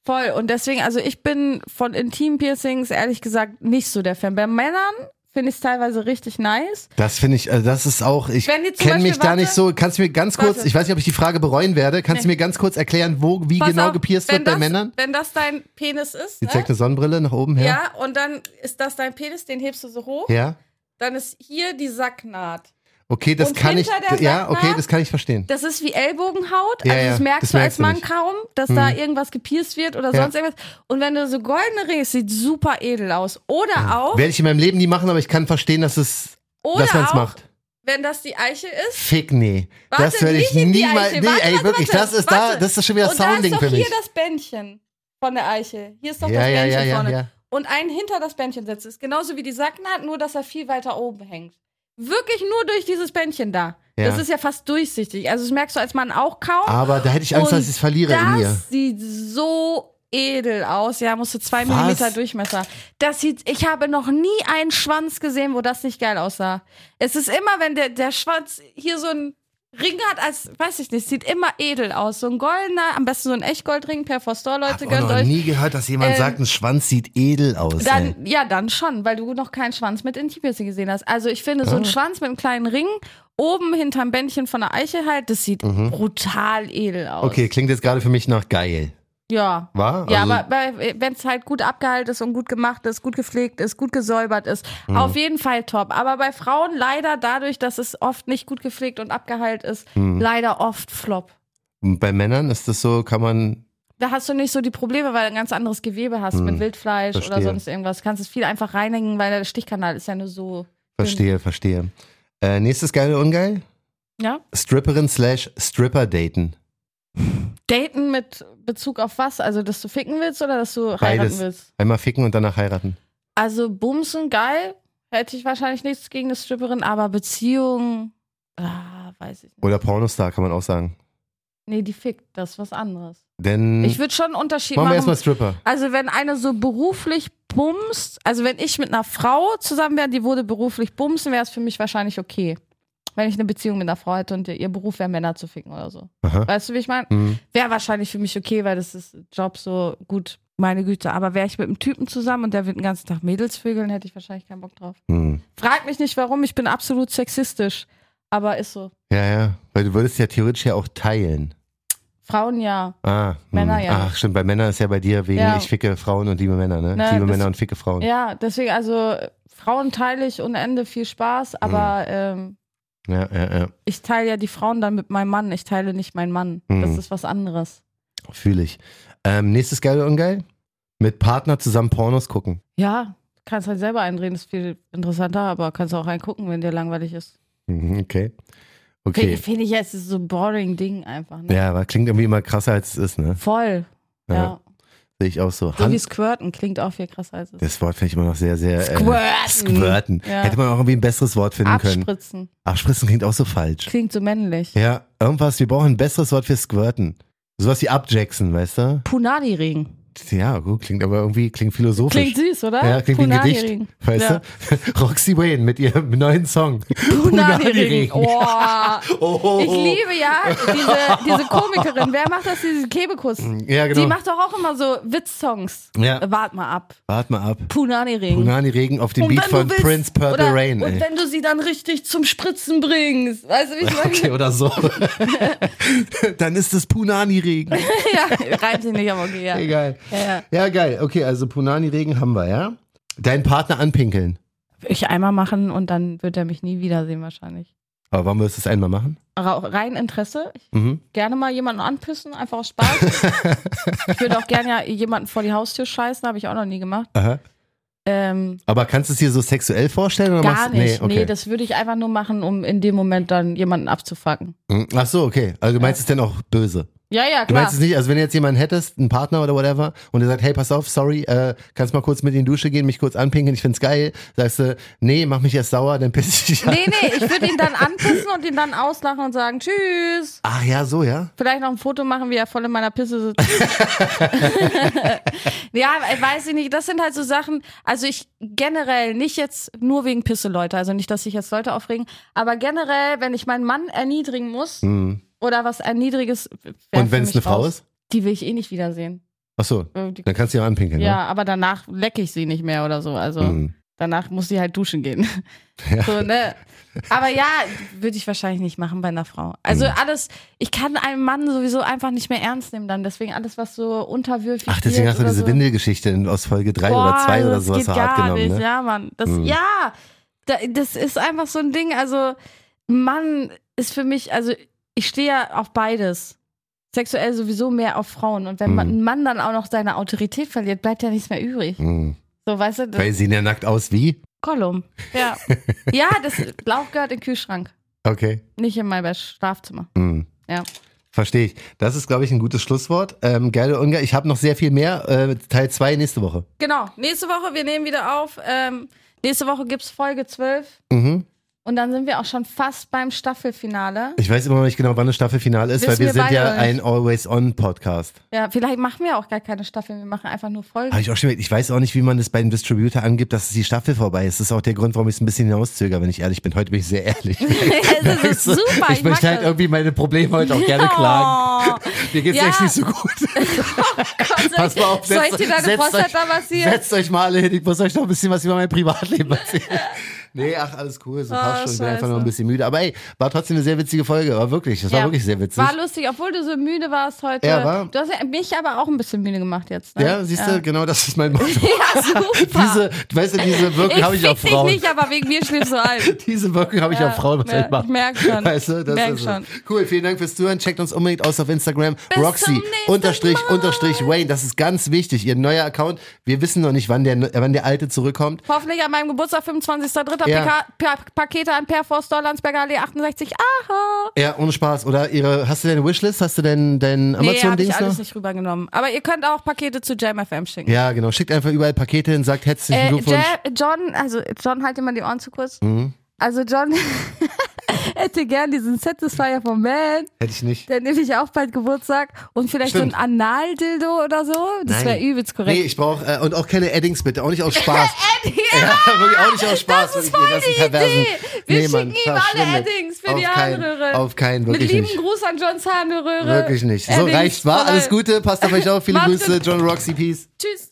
Speaker 1: Voll. Und deswegen, also ich bin von Intim-Piercings ehrlich gesagt nicht so der Fan. Bei Männern finde ich es teilweise richtig nice.
Speaker 2: Das finde ich, also das ist auch, ich
Speaker 1: Wenn die zum
Speaker 2: kenne mich
Speaker 1: Beispiel-
Speaker 2: da nicht
Speaker 1: warte.
Speaker 2: so. Kannst du mir ganz kurz,
Speaker 1: Warte.
Speaker 2: ich weiß nicht, ob ich die Frage bereuen werde, kannst du mir ganz kurz erklären, wo, wie
Speaker 1: Pass
Speaker 2: genau
Speaker 1: auf,
Speaker 2: gepierst
Speaker 1: wenn
Speaker 2: wird bei
Speaker 1: das,
Speaker 2: Männern?
Speaker 1: Wenn das dein Penis ist,
Speaker 2: Sie
Speaker 1: ne?
Speaker 2: zeigt eine Sonnenbrille nach oben her.
Speaker 1: ja, und dann ist das dein Penis, den hebst du so hoch,
Speaker 2: Ja.
Speaker 1: dann ist hier die Sacknaht.
Speaker 2: Okay, das
Speaker 1: Und
Speaker 2: kann ich,
Speaker 1: hinter der
Speaker 2: ja, okay,
Speaker 1: Sacknaht-
Speaker 2: das kann ich verstehen.
Speaker 1: Das ist wie Ellbogenhaut,
Speaker 2: Ja,
Speaker 1: also
Speaker 2: ja,
Speaker 1: das merkst
Speaker 2: das
Speaker 1: du
Speaker 2: merkst
Speaker 1: als
Speaker 2: du
Speaker 1: Mann
Speaker 2: nicht. Mhm.
Speaker 1: kaum, dass da irgendwas gepierst wird oder
Speaker 2: Ja.
Speaker 1: sonst irgendwas. Und wenn du so goldene Ringe, es sieht super edel aus. Oder auch,
Speaker 2: Werde ich in meinem Leben nie machen, aber ich kann verstehen, dass es,
Speaker 1: oder
Speaker 2: dass man es
Speaker 1: auch
Speaker 2: macht.
Speaker 1: wenn das die Eiche ist,
Speaker 2: Fick nee.
Speaker 1: Warte,
Speaker 2: das werde ich
Speaker 1: nicht in die
Speaker 2: niemals,
Speaker 1: Eiche.
Speaker 2: nee,
Speaker 1: Warte,
Speaker 2: ey,
Speaker 1: warte,
Speaker 2: wirklich,
Speaker 1: warte,
Speaker 2: das ist da,
Speaker 1: warte.
Speaker 2: das ist schon wieder
Speaker 1: und da ist
Speaker 2: Sounding
Speaker 1: doch
Speaker 2: für mich.
Speaker 1: hier das Bändchen von der Eiche. Hier ist doch
Speaker 2: Ja,
Speaker 1: das
Speaker 2: ja,
Speaker 1: Bändchen
Speaker 2: ja, ja,
Speaker 1: vorne.
Speaker 2: ja.
Speaker 1: Und einen hinter das Bändchen setzt. Ist genauso wie die Sacknaht, nur dass er viel weiter oben hängt. Wirklich nur durch dieses Bändchen da.
Speaker 2: Ja.
Speaker 1: Das ist ja fast durchsichtig. Also das merkst du als Mann auch kaum.
Speaker 2: Aber da hätte ich Angst,
Speaker 1: Und
Speaker 2: dass ich es verliere
Speaker 1: das
Speaker 2: in mir.
Speaker 1: sieht so edel aus. Ja, musst du zwei
Speaker 2: Was?
Speaker 1: Millimeter Durchmesser. Das sieht, ich habe noch nie einen Schwanz gesehen, wo das nicht geil aussah. Es ist immer, wenn der, der Schwanz hier so ein Ring hat, als, weiß ich nicht, sieht immer edel aus. So ein goldener, am besten so ein Echtgoldring, per Forstor, Leute,
Speaker 2: Ich habe
Speaker 1: gönnt
Speaker 2: Oh, noch
Speaker 1: euch.
Speaker 2: nie gehört, dass jemand
Speaker 1: Ähm,
Speaker 2: sagt, ein Schwanz sieht edel aus. ey.
Speaker 1: Dann, ja, dann schon, weil du noch keinen Schwanz mit Intimpiercing gesehen hast. Also ich finde, so ein Schwanz mit einem kleinen Ring, oben hinterm Bändchen von der Eiche halt, das sieht brutal edel aus.
Speaker 2: Mhm. Okay, klingt jetzt gerade für mich nach geil.
Speaker 1: Ja.
Speaker 2: War?
Speaker 1: Ja,
Speaker 2: Also-
Speaker 1: aber wenn es halt gut abgehalten ist und gut gemacht ist, gut gepflegt ist, gut gesäubert ist,
Speaker 2: Mhm.
Speaker 1: auf jeden Fall top. Aber bei Frauen leider dadurch, dass es oft nicht gut gepflegt und abgehalten ist,
Speaker 2: Mhm.
Speaker 1: leider oft flop.
Speaker 2: Und bei Männern ist das so, kann man.
Speaker 1: Da hast du nicht so die Probleme, weil du ein ganz anderes Gewebe hast mit Wildfleisch oder
Speaker 2: Mhm. Verstehe.
Speaker 1: sonst irgendwas. Du kannst es viel einfach reinigen, weil der Stichkanal ist ja nur so.
Speaker 2: Verstehe, verstehe. Äh, nächstes geil oder ungeil?
Speaker 1: Ja?
Speaker 2: Stripperin slash Stripper daten.
Speaker 1: Daten mit Bezug auf was? Also, dass du ficken willst oder dass du heiraten
Speaker 2: Beides.
Speaker 1: willst?
Speaker 2: Einmal ficken und danach heiraten.
Speaker 1: Also, Bumsen geil, hätte ich wahrscheinlich nichts gegen eine Stripperin, aber Beziehungen, ah, weiß ich nicht.
Speaker 2: Oder Pornostar, kann man auch sagen.
Speaker 1: Nee, die fickt, das ist was anderes.
Speaker 2: Denn.
Speaker 1: Ich würde schon einen Unterschied
Speaker 2: machen Hm. wir
Speaker 1: machen.
Speaker 2: erstmal Stripper.
Speaker 1: Also, wenn eine so beruflich bumst, also wenn ich mit einer Frau zusammen wäre, die wurde beruflich bumsen, wäre es für mich wahrscheinlich okay. Wenn ich eine Beziehung mit einer Frau hätte und ihr, ihr Beruf wäre, Männer zu ficken oder so.
Speaker 2: Aha.
Speaker 1: Weißt du, wie ich meine?
Speaker 2: Mhm.
Speaker 1: Wäre wahrscheinlich für mich okay, weil das ist Job so gut, meine Güte. Aber wäre ich mit einem Typen zusammen und der wird den ganzen Tag Mädels vögeln, hätte ich wahrscheinlich keinen Bock drauf.
Speaker 2: Mhm.
Speaker 1: Frag mich nicht warum, ich bin absolut sexistisch. Aber ist so.
Speaker 2: Ja, ja. Weil du würdest ja theoretisch ja auch teilen.
Speaker 1: Frauen ja.
Speaker 2: Ah, mh.
Speaker 1: Männer ja.
Speaker 2: Ach, stimmt. Bei Männern ist ja bei dir wegen
Speaker 1: Ja.
Speaker 2: ich ficke Frauen und liebe Männer, ne?
Speaker 1: Na,
Speaker 2: ich liebe
Speaker 1: das-
Speaker 2: Männer und ficke Frauen.
Speaker 1: Ja, deswegen, also Frauen teile ich ohne Ende viel Spaß, aber
Speaker 2: Mhm.
Speaker 1: ähm,
Speaker 2: Ja, ja, ja.
Speaker 1: ich teile ja die Frauen dann mit meinem Mann. Ich teile nicht meinen Mann.
Speaker 2: Mhm.
Speaker 1: Das ist was anderes.
Speaker 2: Fühle ich. Ähm, nächstes geil oder ungeil? Mit Partner zusammen Pornos gucken.
Speaker 1: Ja, kannst halt selber einreden, ist viel interessanter, aber kannst auch reingucken, wenn dir langweilig ist.
Speaker 2: Mhm, Okay.
Speaker 1: Finde
Speaker 2: Okay.
Speaker 1: finde ich jetzt ist so ein boring Ding einfach. Ne?
Speaker 2: Ja, aber klingt irgendwie immer krasser als es ist, ne?
Speaker 1: Voll. Ja.
Speaker 2: Sehe ich auch so.
Speaker 1: So wie
Speaker 2: Hand,
Speaker 1: Squirten klingt auch viel krasser als es.
Speaker 2: das Wort finde ich immer noch sehr, sehr. Äh, squirten.
Speaker 1: Ja.
Speaker 2: Hätte man auch irgendwie ein besseres Wort finden können.
Speaker 1: Abspritzen.
Speaker 2: Abspritzen klingt auch so falsch.
Speaker 1: Klingt so männlich.
Speaker 2: Ja, irgendwas, wir brauchen ein besseres Wort für Squirten. Sowas wie Abjackson, weißt du?
Speaker 1: Punani-Ring.
Speaker 2: Ja, gut, klingt aber irgendwie klingt philosophisch.
Speaker 1: Klingt süß, oder?
Speaker 2: ja, klingt wie ein Gedicht,
Speaker 1: Punani-Ring.
Speaker 2: weißt
Speaker 1: Ja.
Speaker 2: du? Roxy Wayne mit ihrem neuen Song.
Speaker 1: Punani-Ring. Oh.
Speaker 2: Oh.
Speaker 1: Ich liebe ja diese, diese Komikerin. Wer macht das, diese Kebekus?
Speaker 2: Ja, genau.
Speaker 1: Die macht doch auch immer so Witzsongs.
Speaker 2: Ja.
Speaker 1: Äh, Wart mal ab.
Speaker 2: Wart mal ab.
Speaker 1: Punani-Ring.
Speaker 2: Punani Regen auf dem
Speaker 1: Und
Speaker 2: Beat
Speaker 1: wenn du
Speaker 2: von
Speaker 1: willst-
Speaker 2: Prince Purple
Speaker 1: oder,
Speaker 2: Rain.
Speaker 1: Und
Speaker 2: ey.
Speaker 1: wenn du sie dann richtig zum Spritzen bringst. Weißt du, wie ich meine?
Speaker 2: Okay, oder so. Dann ist es Punani-Regen.
Speaker 1: ja, reimt sich nicht, aber okay, ja.
Speaker 2: Egal.
Speaker 1: ja.
Speaker 2: Ja, geil. Okay, also Punani-Regen haben wir, ja? Deinen Partner anpinkeln.
Speaker 1: Ich einmal machen und dann wird er mich nie wiedersehen wahrscheinlich.
Speaker 2: Aber warum würdest du es einmal machen?
Speaker 1: Aber auch rein Interesse. Ich
Speaker 2: Mhm.
Speaker 1: gerne mal jemanden anpissen, einfach aus Spaß. ich würde auch gerne ja jemanden vor die Haustür scheißen, habe ich auch noch nie gemacht.
Speaker 2: Aha.
Speaker 1: Ähm,
Speaker 2: Aber kannst du es dir so sexuell vorstellen? Oder
Speaker 1: Gar
Speaker 2: machst,
Speaker 1: nicht. Nee,
Speaker 2: okay.
Speaker 1: das würde ich einfach nur machen, um in dem Moment dann jemanden abzufacken.
Speaker 2: Mhm. Ach so, okay. Also du meinst es denn auch böse?
Speaker 1: Ja, ja,
Speaker 2: Du
Speaker 1: klar.
Speaker 2: meinst es nicht, also wenn du jetzt jemanden hättest, einen Partner oder whatever, und der sagt, hey, pass auf, sorry, äh, kannst mal kurz mit in die Dusche gehen, mich kurz anpinkeln, ich find's geil, sagst du, nee, mach mich erst sauer, dann piss ich dich an.
Speaker 1: Nee, nee, ich würde ihn dann anpissen und ihn dann auslachen und sagen, tschüss.
Speaker 2: Ach ja, so, ja?
Speaker 1: Vielleicht noch ein Foto machen, wie er voll in meiner Pisse sitzt. ja, weiß ich nicht. Das sind halt so Sachen, also ich generell, nicht jetzt nur wegen Pisse, Leute, also nicht, dass sich jetzt Leute aufregen, aber generell, wenn ich meinen Mann erniedrigen muss
Speaker 2: Mhm.
Speaker 1: oder was Erniedriges. wär
Speaker 2: Und
Speaker 1: für
Speaker 2: wenn es
Speaker 1: mich
Speaker 2: eine Frau
Speaker 1: raus.
Speaker 2: ist?
Speaker 1: Die will ich eh nicht wiedersehen.
Speaker 2: Ach so,
Speaker 1: Äh, Die
Speaker 2: dann kannst du ja anpinkeln,
Speaker 1: Ja, aber danach lecke ich sie nicht mehr oder so. Also
Speaker 2: ne? Mhm.
Speaker 1: danach muss sie halt duschen gehen.
Speaker 2: Ja.
Speaker 1: So, ne? Aber ja, würde ich wahrscheinlich nicht machen bei einer Frau. Also
Speaker 2: Mhm.
Speaker 1: alles, ich kann einen Mann sowieso einfach nicht mehr ernst nehmen dann. Deswegen alles, was so unterwürfig
Speaker 2: Ach, deswegen
Speaker 1: wird
Speaker 2: hast du
Speaker 1: oder
Speaker 2: diese
Speaker 1: so.
Speaker 2: Windelgeschichte in- aus Folge 3 oder
Speaker 1: Boah,
Speaker 2: 2 oder
Speaker 1: das
Speaker 2: sowas
Speaker 1: geht
Speaker 2: so
Speaker 1: gar
Speaker 2: hart genommen,
Speaker 1: nicht.
Speaker 2: ne?
Speaker 1: Ja, Mann. Das,
Speaker 2: Mhm.
Speaker 1: Ja, da, das ist einfach so ein Ding. Also Mann ist für mich, also ich stehe ja auf beides. Sexuell sowieso mehr auf Frauen. Und wenn man,
Speaker 2: Mhm.
Speaker 1: ein Mann dann auch noch seine Autorität verliert, bleibt ja nichts mehr übrig.
Speaker 2: Mhm.
Speaker 1: So, weißt du, das
Speaker 2: Weil sie sehen ja nackt aus wie?
Speaker 1: Gollum. Ja. ja, das Lauch gehört in den Kühlschrank,
Speaker 2: Okay.
Speaker 1: nicht in mein Schlafzimmer.
Speaker 2: Mhm.
Speaker 1: Ja.
Speaker 2: Verstehe ich. Das ist, glaube ich, ein gutes Schlusswort. Ähm, geil oder ungeil. Ich habe noch sehr viel mehr. Äh, Teil 2 nächste Woche.
Speaker 1: Genau. Nächste Woche, wir nehmen wieder auf. Ähm, nächste Woche gibt's Folge 12.
Speaker 2: Mhm.
Speaker 1: Und dann sind wir auch schon fast beim Staffelfinale.
Speaker 2: Ich weiß immer noch nicht genau, wann das Staffelfinale ist,
Speaker 1: Wissen
Speaker 2: weil wir,
Speaker 1: wir
Speaker 2: sind
Speaker 1: beide
Speaker 2: ja
Speaker 1: noch nicht.
Speaker 2: ein Always-On-Podcast.
Speaker 1: Ja, vielleicht machen wir auch gar keine Staffeln, wir machen einfach nur Folgen.
Speaker 2: Habe ich auch schon gedacht. Ich weiß auch nicht, wie man das bei dem Distributor angibt, dass die Staffel vorbei ist. Das ist auch der Grund, warum ich es ein bisschen hinauszögere, wenn ich ehrlich bin. Heute bin ich sehr ehrlich.
Speaker 1: es ist super,
Speaker 2: ich
Speaker 1: ich mag
Speaker 2: möchte halt
Speaker 1: das.
Speaker 2: irgendwie meine Probleme heute auch gerne klagen. Mir geht's
Speaker 1: Ja.
Speaker 2: echt nicht so gut.
Speaker 1: Komm,
Speaker 2: Pass mal auf,
Speaker 1: soll ich
Speaker 2: setzt-
Speaker 1: dir deine
Speaker 2: setzt
Speaker 1: Prostata
Speaker 2: euch-
Speaker 1: massieren?
Speaker 2: Setzt euch mal alle hin, ich muss euch noch ein bisschen was über mein Privatleben erzählen. Nee, ach, alles cool, so ein paar
Speaker 1: Oh,
Speaker 2: Stunden, ich bin einfach
Speaker 1: scheiße.
Speaker 2: noch ein bisschen müde. Aber ey, war trotzdem eine sehr witzige Folge, war wirklich, das war
Speaker 1: Ja.
Speaker 2: wirklich sehr witzig.
Speaker 1: War lustig, obwohl du so müde warst heute.
Speaker 2: Ja, war-
Speaker 1: Du hast ja mich aber auch ein bisschen müde gemacht jetzt. Ne?
Speaker 2: ja, siehst du, genau das ist mein Motto.
Speaker 1: Ja, super.
Speaker 2: Diese, weißt du, diese Wirkung
Speaker 1: ich
Speaker 2: habe ich auf
Speaker 1: fick
Speaker 2: Frauen.
Speaker 1: dich nicht, aber wegen mir schläfst du ein.
Speaker 2: Diese Wirkung habe ich
Speaker 1: Ja,
Speaker 2: auf Frauen, was
Speaker 1: ja,
Speaker 2: soll ich machen?
Speaker 1: ich merk schon.
Speaker 2: Weißt du, das
Speaker 1: Merk
Speaker 2: ist es.
Speaker 1: schon.
Speaker 2: Cool, vielen Dank fürs Zuhören. Checkt uns unbedingt aus auf Instagram.
Speaker 1: zum
Speaker 2: Roxy
Speaker 1: nächsten
Speaker 2: unterstrich
Speaker 1: Mal.
Speaker 2: unterstrich Wayne. Das ist ganz wichtig. Ihr neuer Account. Wir wissen noch nicht, wann der, wann der alte zurückkommt.
Speaker 1: Hoffentlich an meinem Geburtstag, 25.03.
Speaker 2: Ja.
Speaker 1: PK Pa- Pakete an Perforster, Landsberger Allee Ah, 68. Aha.
Speaker 2: Ja, ohne Spaß. Oder ihre, hast du deine Wishlist? Hast du dein, dein
Speaker 1: Nee, habe ich
Speaker 2: Amazon-Dings
Speaker 1: alles
Speaker 2: noch?
Speaker 1: nicht rübergenommen. Aber ihr könnt auch Pakete zu JamFM schicken.
Speaker 2: Ja, genau. Schickt einfach überall Pakete hin, sagt herzlichen
Speaker 1: Äh,
Speaker 2: Glückwunsch. Mhm.
Speaker 1: Ja- John, also John, halt immer die Ohren zu kurz. Also John, hätte gern diesen Satisfier vom Man.
Speaker 2: Hätte ich nicht.
Speaker 1: Dann nehme ich auch bald Geburtstag und vielleicht
Speaker 2: Stimmt.
Speaker 1: so ein Analdildo oder so. Das wäre
Speaker 2: Nein.
Speaker 1: übelst korrekt. Äh,
Speaker 2: Nee, ich brauche äh, und auch keine Addings bitte, auch nicht aus Spaß. ja, wirklich auch nicht aus Spaß.
Speaker 1: Das ist
Speaker 2: wirklich, die
Speaker 1: voll
Speaker 2: ganzen
Speaker 1: die
Speaker 2: perversen-
Speaker 1: Idee. Wir schicken
Speaker 2: Mann,
Speaker 1: ihm
Speaker 2: verschwindet.
Speaker 1: alle Addings für
Speaker 2: auf
Speaker 1: die
Speaker 2: keinen,
Speaker 1: Harnröhre.
Speaker 2: Auf keinen,
Speaker 1: Mit
Speaker 2: wirklich
Speaker 1: lieben
Speaker 2: nicht.
Speaker 1: Gruß an Johns Harnröhre.
Speaker 2: Wirklich nicht. So
Speaker 1: Addings,
Speaker 2: reicht's, war
Speaker 1: voll.
Speaker 2: alles Gute, passt auf euch auf, viele
Speaker 1: Macht
Speaker 2: Grüße,
Speaker 1: es.
Speaker 2: John Roxy, Peace.
Speaker 1: Tschüss.